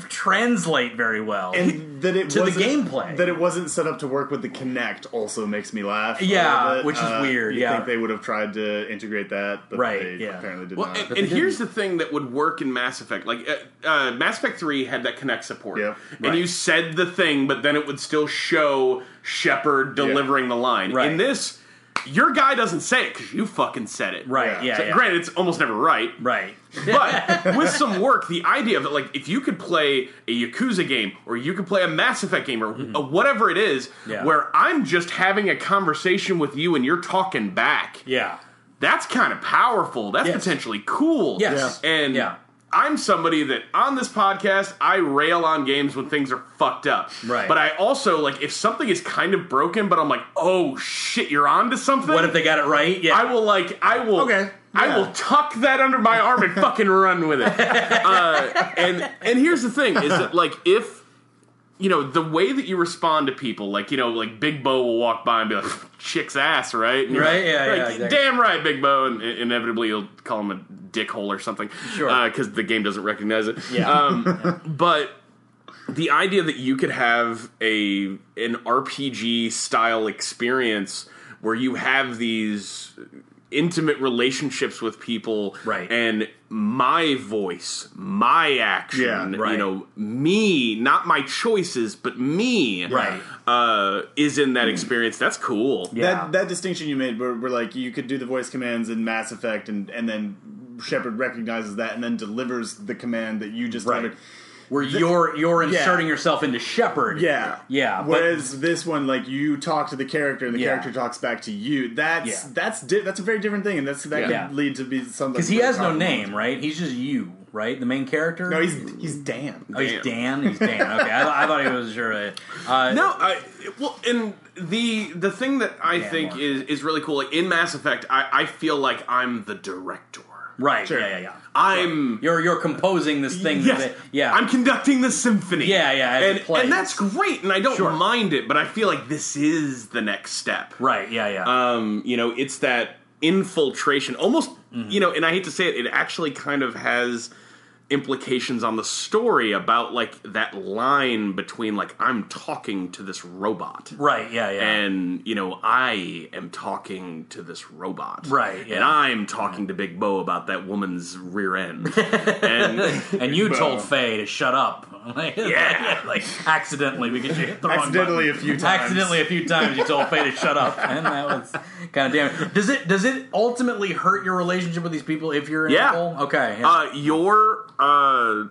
translate very well. And that it To the wasn't- gameplay. that it wasn't set up to work with the Kinect also makes me laugh. a Yeah, little bit. which is Uh, weird, You yeah. think they would have tried to integrate that, but Right, they yeah. apparently did Well, not. and, and here's the thing that would work in Mass Effect. Like uh, uh, Mass Effect Three had that Connect support, Yeah, and right. you said the thing, but then it would still show Shepard delivering the line. Right. In this, your guy doesn't say it because you fucking said it. right? Yeah. yeah. So, yeah. Granted, it's almost never right. [LAUGHS] Right. But with some work, the idea of it, like if you could play a Yakuza game or you could play a Mass Effect game or uh, whatever it is, Mm-hmm. Yeah. where I'm just having a conversation with you and you're talking back, Yeah. that's kind of powerful. That's Yes. potentially cool. Yes. Yeah. And Yeah. I'm somebody that on this podcast I rail on games when things are fucked up. Right. But I also like if something is kind of broken, but I'm like, oh shit, you're onto something. What if they got it right? Yeah. I will like I will Okay. I Yeah. will tuck that under my arm and fucking run [LAUGHS] with it. Uh, and and here's the thing is that like if you know the way that you respond to people like you know like Big Bo will walk by and be like [LAUGHS] chick's ass right And you're Right, like- yeah, like, yeah, exactly. damn right Big Bo and i- inevitably you'll call him a dickhole or something Sure. because the game doesn't recognize it [LAUGHS] Yeah. um, but the idea that you could have a an RPG style experience where you have these intimate relationships with people Right. and my voice my action Yeah, you right. know me not my choices but me Right. Hmm. uh, is in that experience that's cool Yeah. That that distinction you made, where, where like you could do the voice commands in Mass Effect, and and then Shepard recognizes that, and then delivers the command that you just Right. delivered. Where you're you're Yeah. inserting yourself into Shepard. Yeah, Yeah, but- Whereas this one, like you talk to the character, and the Yeah. character talks back to you. That's Yeah. that's di- that's a very different thing, and that's that Yeah. could lead to be something Because he really has no powerful. name, right? He's just you, right? The main character. No, he's he's Dan. Oh, he's Dan. He's [LAUGHS] Dan. Okay, I, I thought he was sure. Uh, No, I well, and the the thing that I think Mark. is is really cool, like in Mass Effect, I, I feel like I'm the director. Right. Yeah. Yeah. Yeah. I'm You're you're composing this thing. yes, That, yeah. I'm conducting the symphony. Yeah, yeah, as it and plays. and that's great, and I don't Sure. mind it, but I feel like this is the next step. right. Yeah. Yeah. Uh, Um, you know, it's that infiltration, almost. You know, and I hate to say it, it actually kind of has implications on the story about like that line between like I'm talking to this robot, right. Yeah. Yeah. and you know i am talking to this robot Right, yeah. and i'm talking to big bo about that woman's rear [LAUGHS] end and And you told Faye to shut up. [LAUGHS] Like, Yeah. like accidentally because you hit the wrong Accidentally button. a few times. Accidentally a few times you told Faye to shut [LAUGHS] up, and that was kind of damn. Does it does it ultimately hurt your relationship with these people if you're in Yeah. a hole? Okay. yeah. uh your uh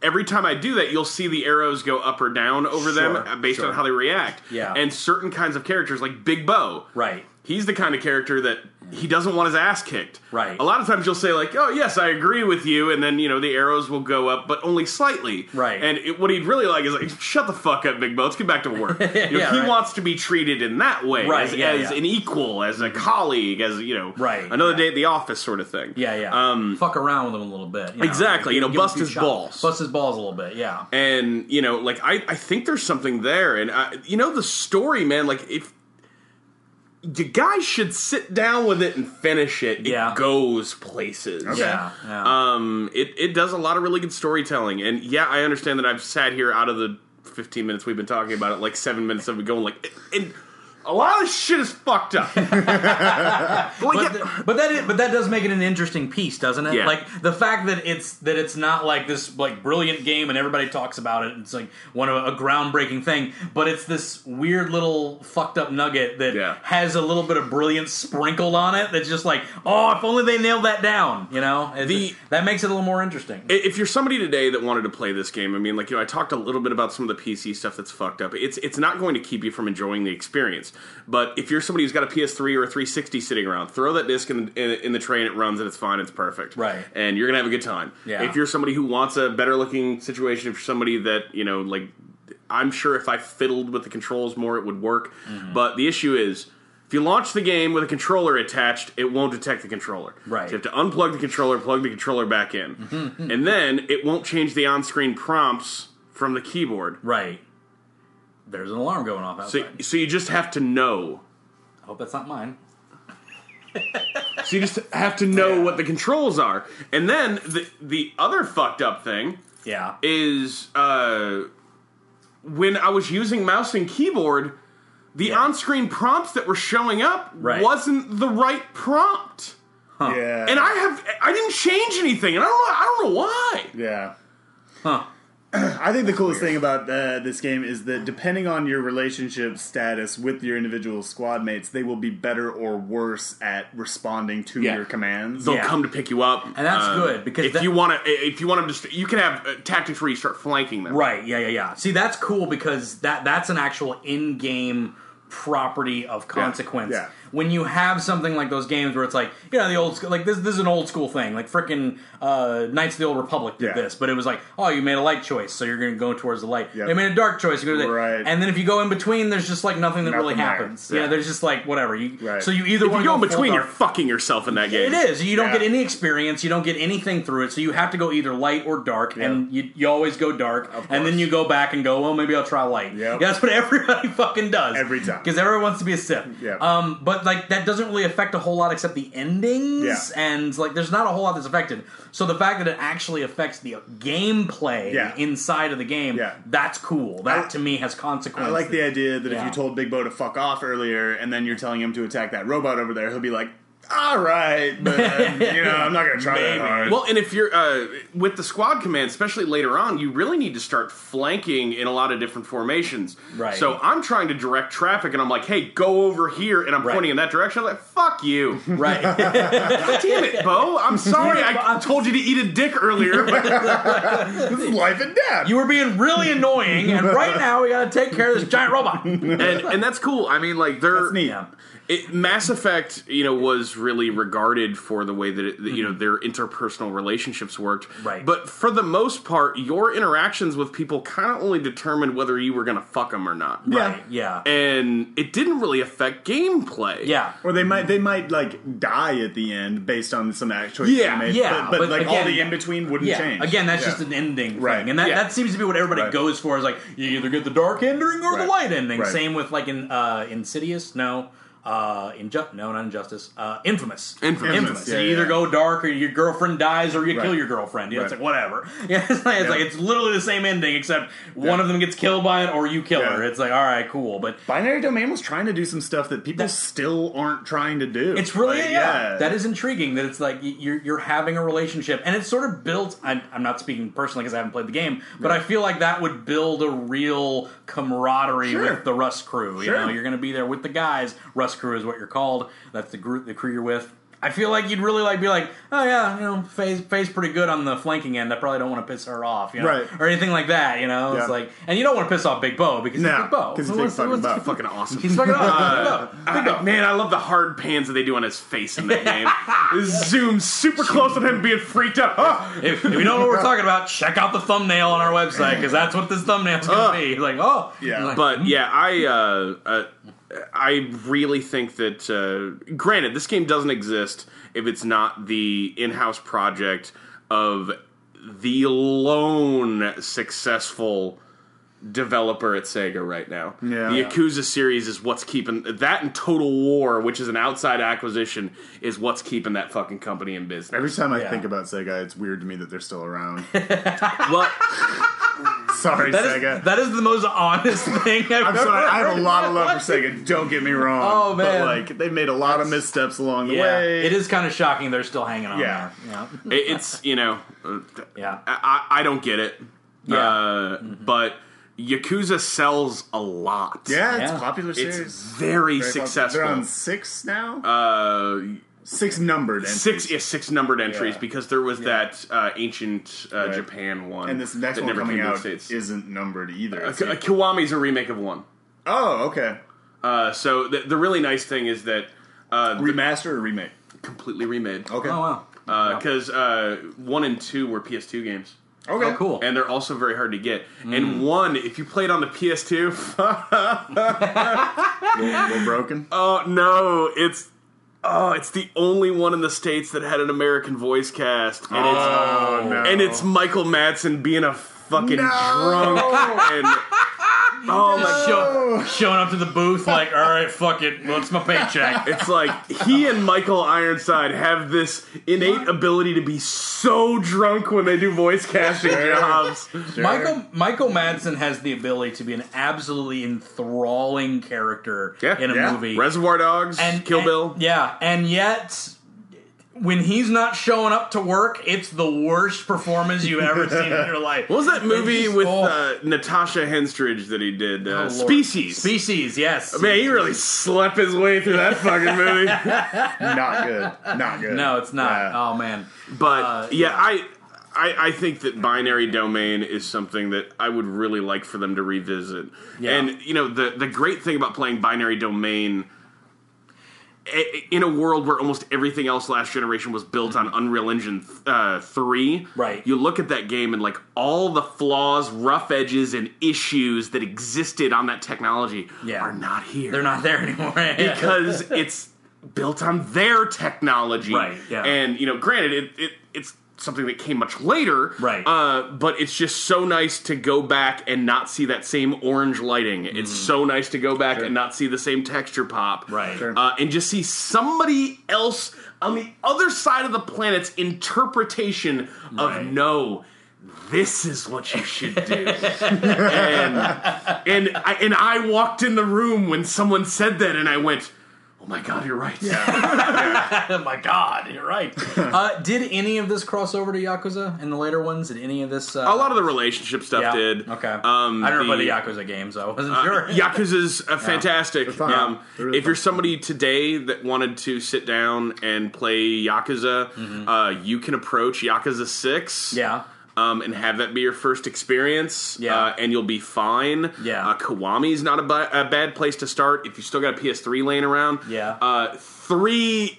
every time i do that you'll see the arrows go up or down over them Sure, uh, based sure. on how they react Yeah. and certain kinds of characters like big bo right. he's the kind of character that he doesn't want his ass kicked. Right. A lot of times you'll say like, "Oh yes, I agree with you," and then you know the arrows will go up, but only slightly. Right. And it, what he'd really like is like, "Shut the fuck up, Big Bo. Let's get back to [LAUGHS] work." You know, Yeah, he right. wants to be treated in that way, Right, As, yeah, as yeah. an equal, as a colleague, as you know, Right, Another day at the office, sort of thing. Yeah, yeah. Um, Fuck around with him a little bit. you know. Exactly, you know, Give him a bust few his shots. balls. Bust his balls a little bit. Yeah. and you know like i i think there's something there and I, you know the story man like if you guys should sit down with it and finish it Yeah. it goes places Yeah. yeah. um it it does a lot of really good storytelling and yeah i understand that i've sat here out of the 15 minutes we've been talking about it like 7 minutes of it going like and a lot of shit is fucked up [LAUGHS] Well, yeah, but, th- but that is, but that does make it an interesting piece, doesn't it? Yeah. Like the fact that it's that it's not like this like brilliant game and everybody talks about it. And it's like one of a groundbreaking thing, but it's this weird little fucked up nugget that Yeah. has a little bit of brilliance sprinkled on it. That's just like, oh, if only they nailed that down. You know, It- The- that makes it a little more interesting. I- if you're somebody today that wanted to play this game, I mean, like you know, I talked a little bit about some of the PC stuff that's fucked up. It's it's not going to keep you from enjoying the experience. But if you're somebody who's got a PS3 or a 360 sitting around, throw that disc in in, in the tray and it runs and it's fine, it's perfect, Right. And you're gonna have a good time. Yeah. If you're somebody who wants a better looking situation, if you're somebody that you know, like, I'm sure if I fiddled with the controls more, it would work. Mm-hmm. But the issue is. If you launch the game with a controller attached, it won't detect the controller. Right. Mm-hmm. So you have to unplug the controller, plug the controller back in, and then it won't change the on-screen prompts from the keyboard. right. There's an alarm going off outside. So, so you just have to know. I hope that's not mine. So you just have to know what the controls are. And then the the other fucked up thing Yeah. is uh, when I was using mouse and keyboard, the Yeah. on-screen prompts that were showing up Right. wasn't the right prompt. Yeah. And I have I didn't change anything, and I don't I don't know why. yeah. Huh. I think the coolest thing about uh, this game is that depending on your relationship status with your individual squad mates, they will be better or worse at responding to Yeah. your commands. they'll Yeah. come to pick you up, um, And that's good, because if that- you want to, if you want them to, st- you can have uh, tactics where you start flanking them. Right. Yeah. Yeah. Yeah. See, that's cool because that that's an actual in-game property of consequence. yeah. When you have something like those games where it's like, you know, the old school, like this this is an old school thing. Like frickin' uh, Knights of the Old Republic did Yeah. this, but it was like, oh, you made a light choice, so you're going to go towards the light. Yep. They made a dark choice, you're going to Right. And then if you go in between, there's just like nothing that really Nothing there. happens. Yeah. Yeah. There's just like whatever. You Right. so you either If wanna you go in full between, you're dark- fucking yourself in that game. it is. You don't Yeah. get any experience. You don't get anything through it. So you have to go either light or dark, and you, you always go dark. And then you go back and go, well, maybe I'll try light. Yep. That's what [LAUGHS] everybody fucking does Every time. because everyone wants to be a Sith. Yep. Um, but like that doesn't really affect a whole lot except the endings, Yeah. and like there's not a whole lot that's affected. So the fact that it actually affects the uh, gameplay Yeah. inside of the game, Yeah. that's cool. That I- to me has consequences. I like the idea that if Yeah. you told Big Bo to fuck off earlier and then you're telling him to attack that robot over there, he'll be like, all right, but uh, [LAUGHS] you know, I'm not going to try that hard. Well, and if you're uh, with the squad command, especially later on, you really need to start flanking in a lot of different formations. Right. So I'm trying to direct traffic, and I'm like, "Hey, go over here," and I'm Right. pointing in that direction. I'm like, "Fuck [LAUGHS] you, right. [LAUGHS] damn it, Bo! I'm [LAUGHS] sorry. I told you to eat a dick earlier." this is life and death. you were being really annoying, and right now we got to take care of this giant [LAUGHS] [LAUGHS] robot. and and that's cool. I mean, like they're That's neat. Yeah. It, Mass Effect, you know, was really regarded for the way that, it, that, you know their interpersonal relationships worked. Right. But for the most part, your interactions with people kind of only determined whether you were going to fuck them or not. Right. Yeah. And it didn't really affect gameplay. Yeah. Or they might they might like die at the end based on some actual Yeah, made. yeah, but, but, but like all again- the in between wouldn't Yeah. change. Again, that's Yeah. just an ending thing, Right. and that, Yeah. that seems to be what everybody Right. goes for. Is like you either get the dark ending or the Right. light ending. Right. Same with like in uh, Insidious. No. Uh, inju- no, not injustice. Uh, infamous. Infamous. Infamous. you Yeah, yeah, either yeah. go dark, or your girlfriend dies, or you Right. kill your girlfriend. Yeah, it's Right. like whatever. [LAUGHS] Yeah, it's like it's, like, it's literally the same ending, except one of them gets killed by it, or you kill Yeah. her. It's like all right, cool, but Binary Domain was trying to do some stuff that people That- still aren't trying to do. It's really Like, yeah. That is intriguing. That it's like y- you're you're having a relationship, and it's sort of built. I'm, I'm not speaking personally because I haven't played the game, but I feel like that would build a real camaraderie Sure. with the Rust crew. You Sure. know, you're going to be there with the guys. Rust crew is what you're called. That's the group, the crew you're with. I feel like you'd really like be like, oh yeah, you know, Faye's, Faye's pretty good on the flanking end. I probably don't want to piss her off, you know, Right. or anything like that. You know, Yeah. it's like, and you don't want to piss off Big Bo because he's No, Big Bo. 'cause he's Who Big wants- who fucking wants to Bo. Uh, keep- fucking awesome. He's [LAUGHS] fucking off. Big Bo. I- [LAUGHS] man, I love the hard pans that they do on his face in [LAUGHS] that game. Zoom super close on him being freaked out. Ah! If, if you don't know what we're talking about, check out the thumbnail on our website because that's what this thumbnail's gonna be. Like, oh, Yeah. Like, But yeah, I uh, uh, I really think that. Uh, granted, this game doesn't exist if it's not the in-house project of the lone successful developer at Sega right now. Yeah. The Yakuza series is what's keeping that and Total War, which is an outside acquisition, is what's keeping that fucking company in business. Every time I Yeah. think about Sega, it's weird to me that they're [LAUGHS] still around. Well, sorry, that is, Sega. that is the most honest [LAUGHS] thing I've I'm ever sorry. I [LAUGHS] have heard a in lot of my love life. for Sega. Don't get me wrong. Oh, man. But like, they made a lot of missteps along the Yeah, way. it is kind of shocking they're still hanging on. Yeah. there. yeah, it- [LAUGHS] it's you know, uh, yeah. I, I I don't get it. Yeah. Uh, But Yakuza sells a lot. Mm-hmm. Yeah, it's Yeah. a popular It's series. very, Very popular. successful. They're on six now. uh, six numbered. Entries. six, yeah, six numbered entries Yeah. because there was that uh, ancient uh, Japan one, and this next that one never coming came out to the states. isn't numbered either. Uh, Ki- uh, Kiwami's a remake of one. oh, okay. Uh, so the, the really nice thing is that uh, Remaster or remake? completely remade. Okay. Oh wow. Because uh, one and two were PS2 games. Okay. Oh, cool. and they're also very hard to get. Mm. And one, if you played on the PS2, We're [LAUGHS] broken. [LAUGHS] oh no, it's oh, it's the only one in the states that had an American voice cast, and oh no. it's and it's Michael Madsen being a fucking drunk. And, oh my god. Show, showing up to the booth like, all right, fuck it, what's my [LAUGHS] paycheck? [LAUGHS] It's like he and Michael Ironside have this innate ability to be so drunk when they do voice casting jobs. Michael Michael Madsen has the ability to be an absolutely enthralling character Yeah, in a yeah. movie. Reservoir Dogs, and Kill and- Bill. Yeah, and yet when he's not showing up to work, it's the worst performance you've ever seen in your life. What was that movie He's- with oh. uh, Natasha Henstridge that he did? Uh, Lord. Species. Species, yes. Man, he really slept his way through that fucking [LAUGHS] movie. Not good. Not good. no, it's not. Yeah. Oh man. But Uh, yeah, I, I I think that binary domain is something that I would really like for them to revisit. Yeah. And you know, the the great thing about playing binary domain i- in a world where almost everything else last generation was built on Unreal Engine uh, three, Mm-hmm. Right. You look at that game and like all the flaws, rough edges, and issues that existed on that technology Yeah. are not here. They're not there [LAUGHS] anymore. because [LAUGHS] it's built on their technology. Right, yeah. And you know, granted, it, it it's something that came much later. Right. Uh, but it's just so nice to go back and not see that same orange lighting. It's so nice to go back and not see the same texture pop. Mm. Right. Sure. Uh, and just see somebody else on the other side of the planet's interpretation Right. of no. This is what you should [LAUGHS] do. and and I, and I walked in the room when someone said that, and I went, "Oh my god, you're right." Oh my god, you're [LAUGHS] right. uh, did any of this cross over to Yakuza in the later ones? Did any of this? Uh, A lot of the relationship stuff yeah. did. Okay. Um, Uh, I don't know about the Yakuza games, so I wasn't sure. Yakuza's uh, fantastic. fun. Um, They're really if you're fun. somebody today that wanted to sit down and play Yakuza, Mm-hmm. uh, you can approach Yakuza Six. Yeah. um, and have that be your first experience. Yeah. uh, and you'll be fine. Yeah. uh, Kiwami's not a, ba- a bad place to start if you still got a PS3 laying around. Yeah. uh, three.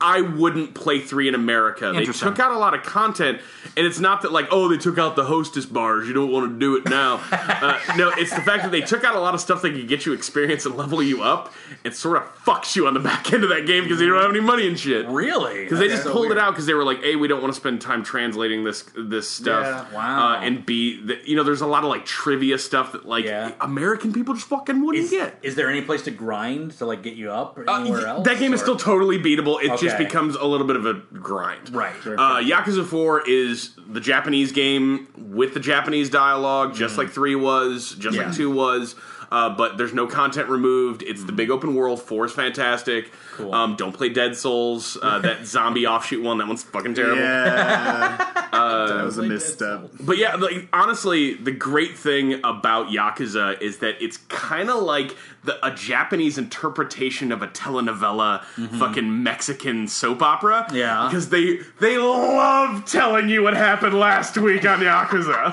I wouldn't play three in America. They Interesting. took out a lot of content, and it's not that like, oh, they took out the hostess bars. You don't want to do it [LAUGHS] now. uh, no, it's the fact that they took out a lot of stuff that could get you experience and level you up. It sort of fucks you on the back end of that game because you don't have any money and shit. Really? Because they just so pulled weird. it out because they were like, a, we don't want to spend time translating this this stuff. Yeah. Wow. Uh, and b, that you know, there's a lot of like trivia stuff that like Yeah. American people just fucking wouldn't is, get. is there any place to grind to like get you up or Uh, anywhere y- else? that game is or- still totally beatable. It just Okay. becomes a little bit of a grind. right. Uh, Yakuza 4 is the Mm-hmm. Japanese game with the Japanese dialogue, just like 3 was, just Yeah. like 2 was. uh, but there's no content removed. It's the big open world. Four is fantastic. Mm-hmm. Cool. Um, don't play Dead Souls. Uh, [LAUGHS] that zombie offshoot one. That one's fucking terrible. [LAUGHS] Yeah. that was a misstep. But yeah, like honestly, the great thing about Yakuza is that it's kind of like the, a Japanese interpretation of a telenovela, fucking Mexican soap opera. Yeah. because they they love telling you what happened last week on Yakuza.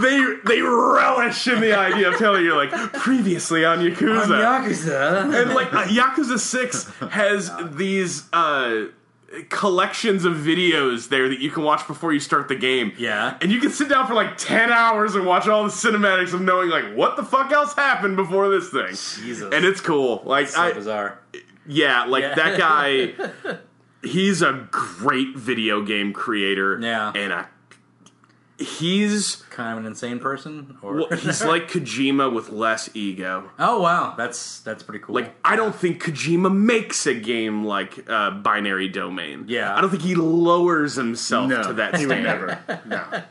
[LAUGHS] they they relish in the idea of telling you like previously on Yakuza. Yakuza. And like uh, Yakuza Six has these uh, collections of videos there that you can watch before you start the game. Yeah. and you can sit down for like ten hours and watch all the cinematics of knowing like what the fuck else happened before this thing. Jesus. And it's cool. Like so I, bizarre. yeah, like Yeah. that [LAUGHS] guy. He's a great video game creator. Yeah. and a, he's Kind of an insane person, or well, he's [LAUGHS] like Kojima with less ego. oh wow, that's that's pretty cool. Like I don't think Kojima makes a game like uh, Binary Domain. Yeah. I don't think he lowers himself No, to that he would standard. never. No.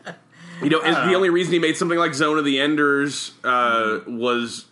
You know, and Uh. the only reason he made something like Zone of the Enders uh, Mm-hmm. was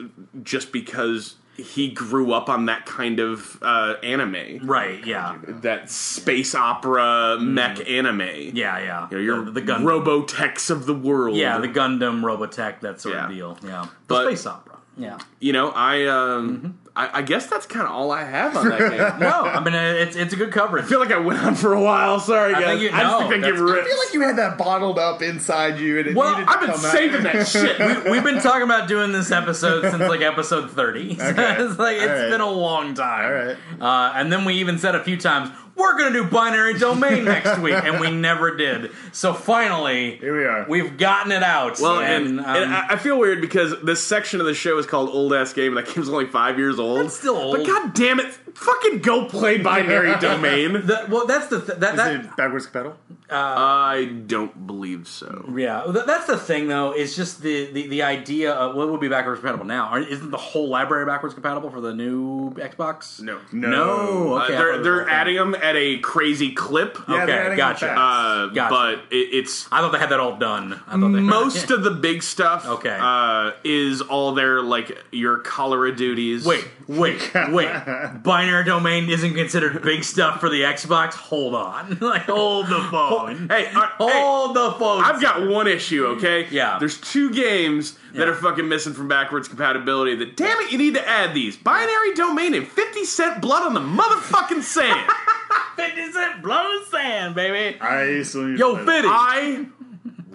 just because he grew up on that kind of uh, anime, right? Yeah, that space opera mech anime. Mm-hmm. yeah, yeah. You know, your the, the Gundam. Robotechs of the world. yeah, the Gundam, Robotech, that sort of Yeah. deal. Yeah, The But- space opera. Yeah. [LAUGHS] you know, I Mm-hmm. um, I, I guess that's kind of all I have on [LAUGHS] that game. No, I mean uh, it's it's a good coverage. I feel like I went on for a while. Sorry, guys. I, think you- just no, think they give that's- I feel like you had that bottled up inside you, and it Well, needed to I've been come out. saving [LAUGHS] [LAUGHS] that shit. We- We've been talking about doing this episode since like episode thirty. [LAUGHS] So Okay. it's like it's All right. been a long time. All right. Uh, and then we even said a few times we're gonna do binary domain next [LAUGHS] week, and we never did. So finally, Here we are. We've gotten it out. well, and, and, um, and I I feel weird because this section of the show is called Old Ass Game, and that [LAUGHS] game's only five years old. That's still But old. god damn it, fucking go play [LAUGHS] Binary Domain. the- well, that's the th- that, Is that it backwards pedal? I don't believe so. Yeah, well, th- that's the thing, though. Is just the, the, the idea of what would be backwards compatible now. Aren't- Isn't the whole library backwards compatible for the new Xbox? No. No. No, Uh, okay, I thought it they're was they're the whole adding them at a crazy clip. Yeah, they're Okay, adding gotcha. effects. Uh, Gotcha. But it, it's [LAUGHS] I thought they had that all done. I thought they- most of the big stuff. Okay. uh, is all there like your cholera duties. Wait, wait, wait. [LAUGHS] Binary domain isn't considered big stuff for the Xbox. Hold on, [LAUGHS] like hold the phone. hey, uh, hey, hold the phone. I've got one issue, okay? Yeah. There's two games that are fucking missing from backwards compatibility that, damn it, you need to add these. Binary Domain and 50 Cent Blood on the motherfucking Sand. [LAUGHS] fifty cent blown sand, baby. I still need to Yo, play that. Fitty. I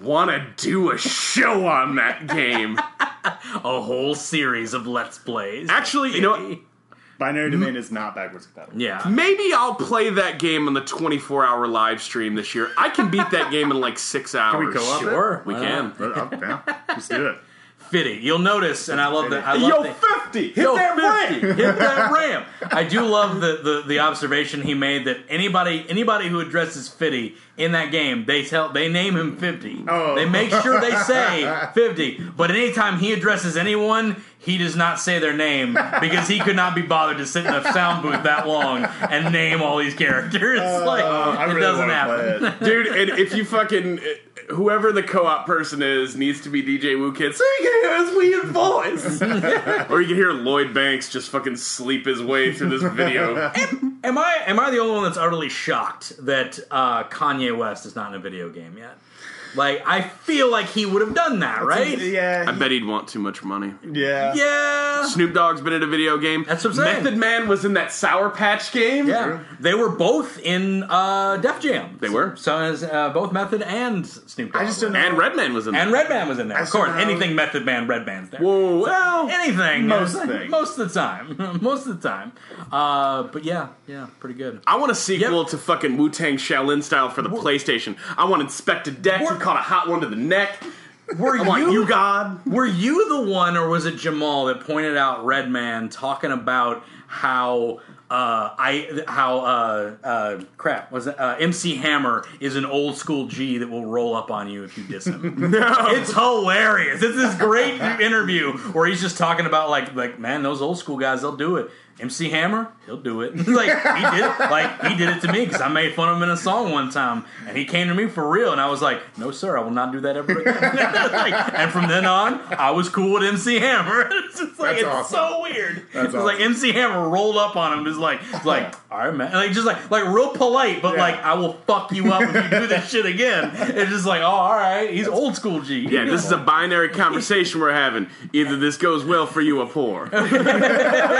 want to do a show on that game. A whole series of let's plays. Actually, you know what? Binary domain is not backwards compatible. yeah. Maybe I'll play that game on the 24 hour live stream this year. I can beat that game in like six hours. we co-op it? Sure, We why can. not? But, uh, yeah, let's [LAUGHS] do it. Fitty, you'll notice, and I love that. I love Yo, that- 50! Hit Yo, that ramp! 50, Hit [LAUGHS] that ramp! I do love the, the, the observation he made that anybody anybody who addresses Fitty in that game, they tell they name him Fifty. Oh. They make sure they say Fifty. But anytime he addresses anyone, he does not say their name because he could not be bothered to sit in a sound booth that long and name all these characters. [LAUGHS] like Uh, I it really doesn't wanna happen. Play it. Dude, and if you fucking whoever the co-op person is needs to be DJ Wu Kid, so you can hear his weird [LAUGHS] voice, or you can hear Lloyd Banks just fucking sleep his way through this video. Am I am I the only one that's utterly shocked that uh, Kanye West is not in a video game yet? Like I feel like he would have done that, [LAUGHS] right? I Yeah, bet he'd want too much money. yeah, Yeah. Snoop Dogg's been in a video game. That's what I'm saying. Method Man was in that Sour Patch game. Yeah, they were both in uh, Def Jam. They were. So as uh, both Method and Snoop Dogg. I just don't were. know. and Redman was in. And that. Redman was in there, I of course. somehow- Anything Method Man, Redman's there. Whoa, well, Anything, Most It's like [LAUGHS] things. most of the time, [LAUGHS] most of the time. Uh, but yeah, yeah, pretty good. I want a sequel Yep. to fucking Wu Tang Shaolin style for the PlayStation. I want Inspector Deck. We're- who caught a hot one to the neck. Were I want you God. Were you the one, or was it Jamal that pointed out Redman talking about how uh, I how uh, uh, crap was it? Uh, MC Hammer is an old school G that will roll up on you if you diss him. It's hilarious. It's this great interview where he's just talking about like like man, those old school guys, they'll do it. MC Hammer, he'll do it. [LAUGHS] like he did, like he did it to me because I made fun of him in a song one time, and he came to me for real, and I was like, "No, sir, I will not do that ever again." [LAUGHS] Like, and from then on, I was cool with MC Hammer. [LAUGHS] it's just like That's it's awesome. so weird. That's it's like awesome. MC Hammer rolled up on him, is like, it's like, [LAUGHS] all right, man, like just like like real polite, but Yeah. like I will fuck you up if you do this shit [LAUGHS] again. It's just like, oh, all right, he's old school G. Yeah, this is a binary conversation we're having. Either this goes well for you or poor. [LAUGHS]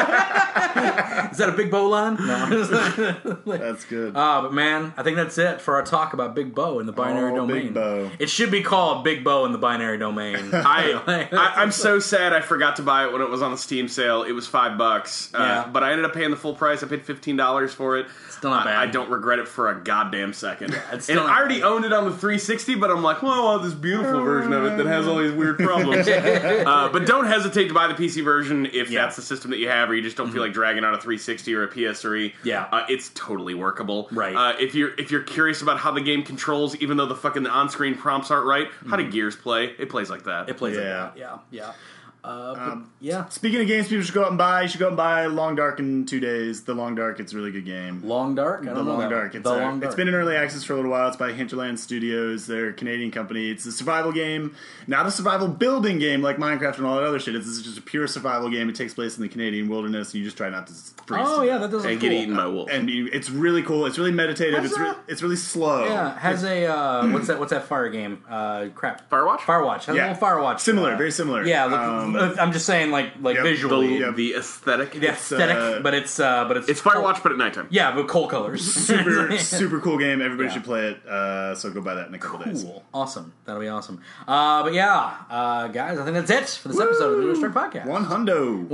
Is that a big bow line? [LAUGHS] [LAUGHS] No. That's good. Ah, but man, I think that's it for our talk about Big Bow in the binary Oh, domain. Big Bow. It should be called Big Bow in the binary [LAUGHS] domain. I, I I'm so sad I forgot to buy it when it was on the Steam sale. It was five bucks, uh, Yeah. but I ended up paying the full price. I paid fifteen dollars for it. Still not I- bad. I, don't regret it for a goddamn second. it's and still not I already owned it on the 360, but I'm like, well, I want this beautiful version of it that has all these weird [LAUGHS] problems. uh, but don't hesitate to buy the PC version if Yeah. Mm-hmm. that's the system that you have, or you just don't feel like dragging out a 360 or a PS3. Yeah. uh, it's totally workable. Right. Uh, if you're if you're curious about how the game controls, even though the fucking on-screen prompts aren't right, how do Gears play? It plays like that. Mm-hmm. it plays Yeah. Um, like that. Yeah, yeah. Uh, but yeah. Speaking of games, people should go out and buy. You should go out and buy Long Dark in two days. The Long Dark, it's a really good game. Long Dark? I The don't know Long that one. Dark. It's, the a- Long Dark. It's been in early access for a little while. It's by Hinterland Studios. They're a Canadian company. It's a survival game, not a survival building game like Minecraft and all that other shit. This is just a pure survival game. It takes place in the Canadian wilderness, and you just try not to s- freeze. oh, to yeah, death. that does and look get cool. eaten by Oh. wolves. And you, it's really cool. It's really meditative. Has It's re- a- it's really slow. Yeah, has a [CLEARS THROAT] uh, what's that? What's that fire game? Uh, crap, Firewatch? Firewatch has a Yeah. little Firewatch. Similar, uh, very similar. Yeah, look, Um, uh, I'm just saying, like, like yep, the, visually, yeah. the aesthetic. the aesthetic, uh, but it's uh, but it's It's Firewatch, but at nighttime. Yeah, but coal colors. [LAUGHS] super super cool game. Everybody Yeah. should play it. Uh, so go buy that in a couple days. Cool. Awesome. That'll be awesome. Uh, but yeah, uh, guys, I think that's it for this episode of the Nerd Strike Podcast. One hundo.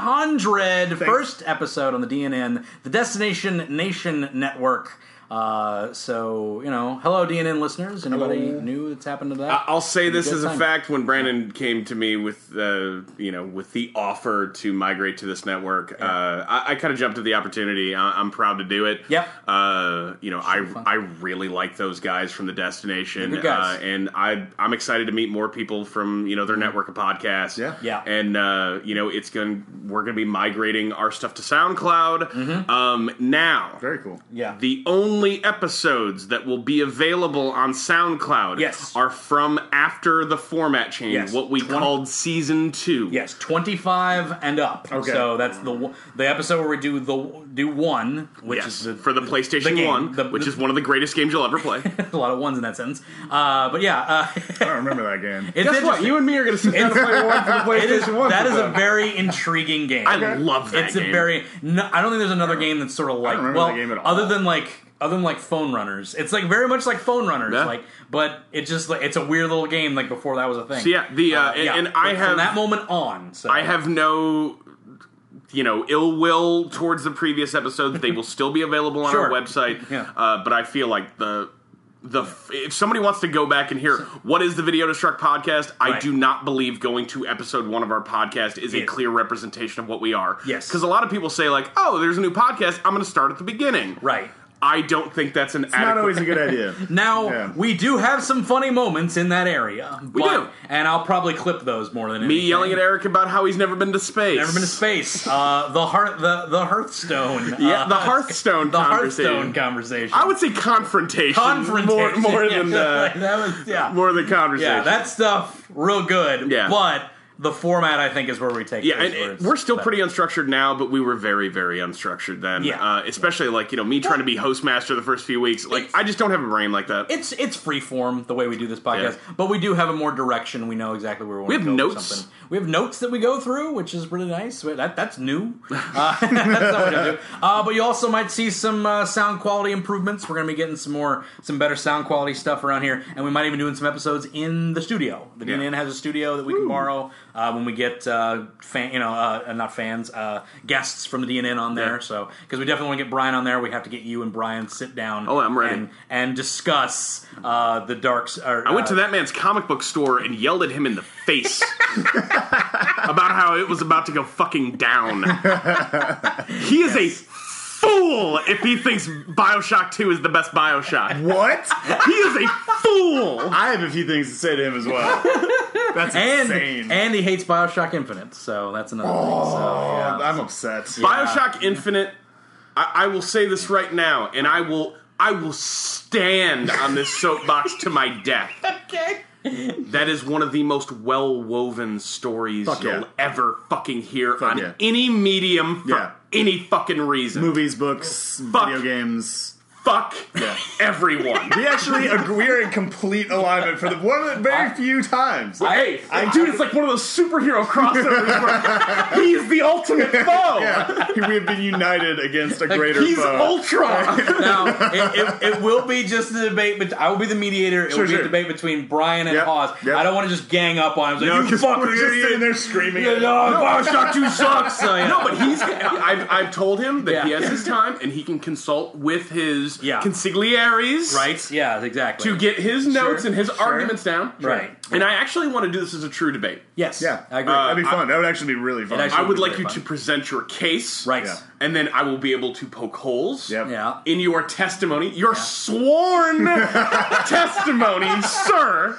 100 first episode on the DNN, the Destination Nation Network. Uh, so, you know, hello, DNN listeners. Anybody new that's happened to that? I- I'll say this Good as a time. fact: when Brandon came to me with, uh, you know, with the offer to migrate to this network, uh, I, I kind of jumped at the opportunity. I, I'm proud to do it. Yep. Uh, you know, I I really like those guys from the destination, They're good guys. Mm-hmm. Uh, and I I'm excited to meet more people from you know their network of podcasts. Yeah. Yeah. And uh, you know, it's going to we're going to be migrating our stuff to SoundCloud Mm-hmm. um, now. Very cool. yeah. The only episodes that will be available on SoundCloud Yes. are from after the format change, Yes. what we called season two. Yes, twenty five and up. Okay. So that's the one- the episode where we do the do one, which Yes, is the, for the PlayStation the game, One, the- which the- is one of the greatest games you'll ever [LAUGHS] play. a lot of ones in that sentence. Uh, but yeah, uh, [LAUGHS] I don't remember that game. it's interesting. and me are going to sit down and play one for the [LAUGHS] It is, that is a sometime. very intriguing game. I love that it's game. a very. No, I don't think there's another game that's sort of like remember well, that game at all. other than like other than like Phone Runners. It's like very much like Phone Runners, Yeah. like but it just like it's a weird little game like before that was a thing. So, yeah, the, uh, and- and I But have- from that moment on. So I have no, you know, ill will towards the previous episodes. They will still be available on Sure. our website. Yeah. Uh, but I feel like the the f- if somebody wants to go back and hear what is the Video Destruct podcast, I Right. do not believe going to episode one of our podcast is a Yes. clear representation of what we are. Yes. because a lot of people say like, "Oh, there's a new podcast. I'm going to start at the beginning." right. I don't think that's an adequate. Not always a good idea. Now Yeah. we do have some funny moments in that area. We do. and I'll probably clip those more than me anything. yelling at Eric about how he's never been to space. Never been to space. Uh, the heart, the the Hearthstone. [LAUGHS] Yeah, uh, the Hearthstone the conversation. Hearthstone conversation. I would say confrontation. confrontation More, more [LAUGHS] Yeah, than uh, that was [LAUGHS] yeah. more than conversation. Yeah, that stuff real good. Yeah. but the format I think is where we take. Yeah, things and where it- it's we're still better. pretty unstructured now, but we were very, very unstructured then. Yeah. Uh, especially like you know me trying to be host master the first few weeks. Like It's- I just don't have a brain like that. It's it's free form the way we do this podcast, Yeah. but we do have a more direction. We know exactly where we want We to have go. with notes. Something. We have notes that we go through, which is really nice. We- That [LAUGHS] that's new. Uh, [LAUGHS] that's not what we do. Uh, but you also might see some uh, sound quality improvements. We're going to be getting some more some better sound quality stuff around here, and we might even doing some episodes in the studio. The Yeah. DNN has a studio that we can borrow uh, when we get uh, fan, you know, uh, not fans, uh, guests from the DNN on there. Yeah. So because we definitely want to get Brian on there, we have to get you and Brian sit down. Oh, I'm ready. and- and discuss uh, the darks. Or, I went uh, to that man's comic book store and yelled at him in the [LAUGHS] face about how it was about to go fucking [LAUGHS] down. he is a fool if he thinks Bioshock Two is the best Bioshock. what? he is a fool. I have a few things to say to him as well. That's and insane. and he hates Bioshock Infinite, so that's another thing. So yeah. I'm upset. Bioshock Infinite. I, I will say this right now, and I will I will stand on this soapbox to my [LAUGHS] death. okay. That is one of the most well woven stories Fuck yeah. you'll ever fucking hear on yeah. any medium for Yeah. any fucking reason. Movies, books, Fuck. video games. Fuck [LAUGHS] everyone. We actually agree. We're in complete alignment for the one of the very few times. Hey, dude, it's like one of those superhero crossovers [LAUGHS] where he is the ultimate foe. Yeah, we have been united against a greater He's foe. Ultron. [LAUGHS] Now it, it, it will be just a debate. But I will be the mediator. It Sure, will be sure. a debate between Brian and Yep, Hawes. yep. I don't want to just gang up on him. Like, No, you 'cause fucking we're just idiot. sitting there [LAUGHS] screaming. Yeah, no, [LAUGHS] Bioshock Two sucks. So, yeah. no, but he's. I've, I've told him that he Yeah. has his time and he can consult with his Yeah. consigliaries right? Yeah, exactly. to get his notes and his sure. arguments down. Right. And I actually want to do this as a true debate. Yes. Yeah, Uh, I agree. That'd be fun. that would actually be really fun. actually- I would Would be like very you fun. to present your case. right. yeah. And then I will be able to poke holes. Yep. Yeah. in your testimony, your sworn [LAUGHS] testimony, sir.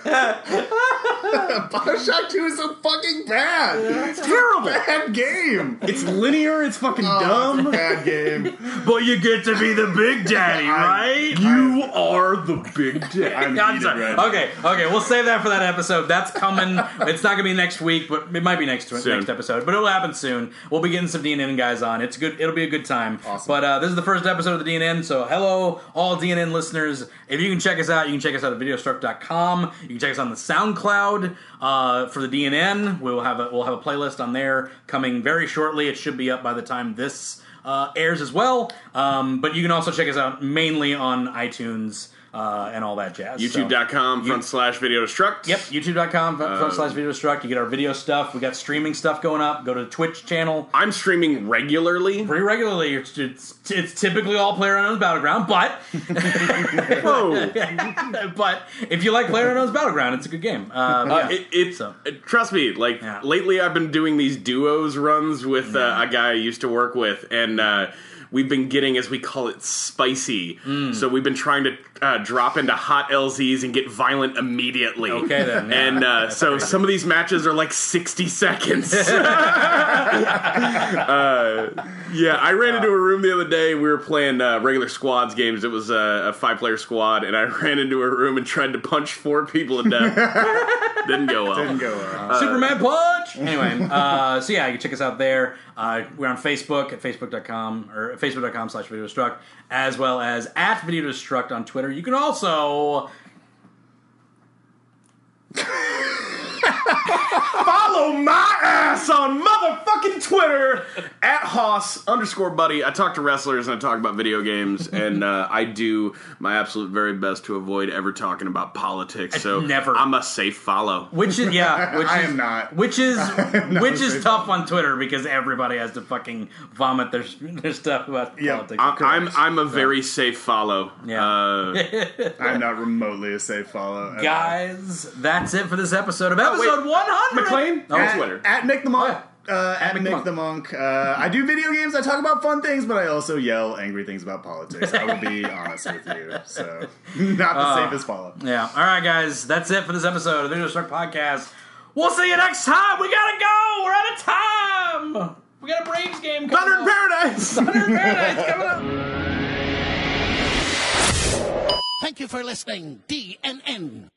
Bioshock 2 is so fucking bad. It's Terrible. a bad game. It's linear. It's fucking Dumb dumb. bad game. But you get to be the big [LAUGHS] daddy, I- right? You are the big dick. I'm Yeah, I'm heated sorry. right now. Okay, okay, we'll save that for that episode. That's coming. it's not gonna be next week, but it might be next Soon. next episode. But it'll happen soon. We'll be getting some DNN guys on. It's good. It'll be a good time. Awesome. But uh, this is the first episode of the DNN. So hello, all DNN listeners. If you can check us out, you can check us out at videostruck.com. You can check us on the SoundCloud uh, for the DNN. We'll have a, we'll have a playlist on there coming very shortly. It should be up by the time this uh, airs as well. Um, but you can also check us out mainly on iTunes. Uh, and all that jazz. So- YouTube.com front slash video destruct. Yep, youtube.com front slash video struck. You get our video stuff. We got streaming stuff going up. Go to the Twitch channel I'm streaming regularly. pretty regularly. It's, it's, it's typically all player unknown's battleground, but [LAUGHS] Whoa. but if you like player unknown's battleground, it's a good game. Uh, yeah. It, it's So. uh, trust me. Like Yeah. lately, I've been doing these duos runs with uh, a guy I used to work with, and uh, we've been getting, as we call it, spicy. Mm. So we've been trying to uh, drop into hot LZs and get violent immediately. Okay, then, yeah. and uh, so some of these matches are like sixty seconds. [LAUGHS] Yeah, I ran into a room the other day. We were playing uh, regular squads games. It was uh, a five player squad, and I [LAUGHS] ran into a room and tried to punch four people to [LAUGHS] death. Didn't go well. Didn't go well. Superman Punch! Anyway, uh, so yeah, you can check us out there. Uh, we're on Facebook at facebook.com or at facebook.com slash video destruct, as well as at video destruct on Twitter. You can also Follow my ass on motherfucking Twitter at Hoss underscore buddy. I talk to wrestlers and I talk about video games, and [LAUGHS] uh, I do my absolute very best to avoid ever talking about politics. So Never. I'm a safe follow. Which is yeah, which [LAUGHS] I is, am not. Which [LAUGHS] is not which very is tough on Twitter because everybody has to fucking vomit their [LAUGHS] their stuff about Yeah, politics. I, I'm I'm a very safe follow. Yeah. Uh, I'm not remotely a safe follow. at Guys, that's it for this episode Oh, of wait. episode 100. McLean Oh, all. on At, Twitter. at Nick the Monk. Oh, Uh, at, Nick the Monk. Uh, I do video games. I talk about fun things, but I also yell angry things about politics. I will [LAUGHS] be honest with you. So, [LAUGHS] not the safest follow. Yeah. All right, guys, that's it for this episode of the Visual Struck Podcast. We'll see you next time. We gotta go. We're out of time. We got a Braves game coming Thunder in up. paradise. Thunder in Paradise coming up. Thank you for listening, DNN.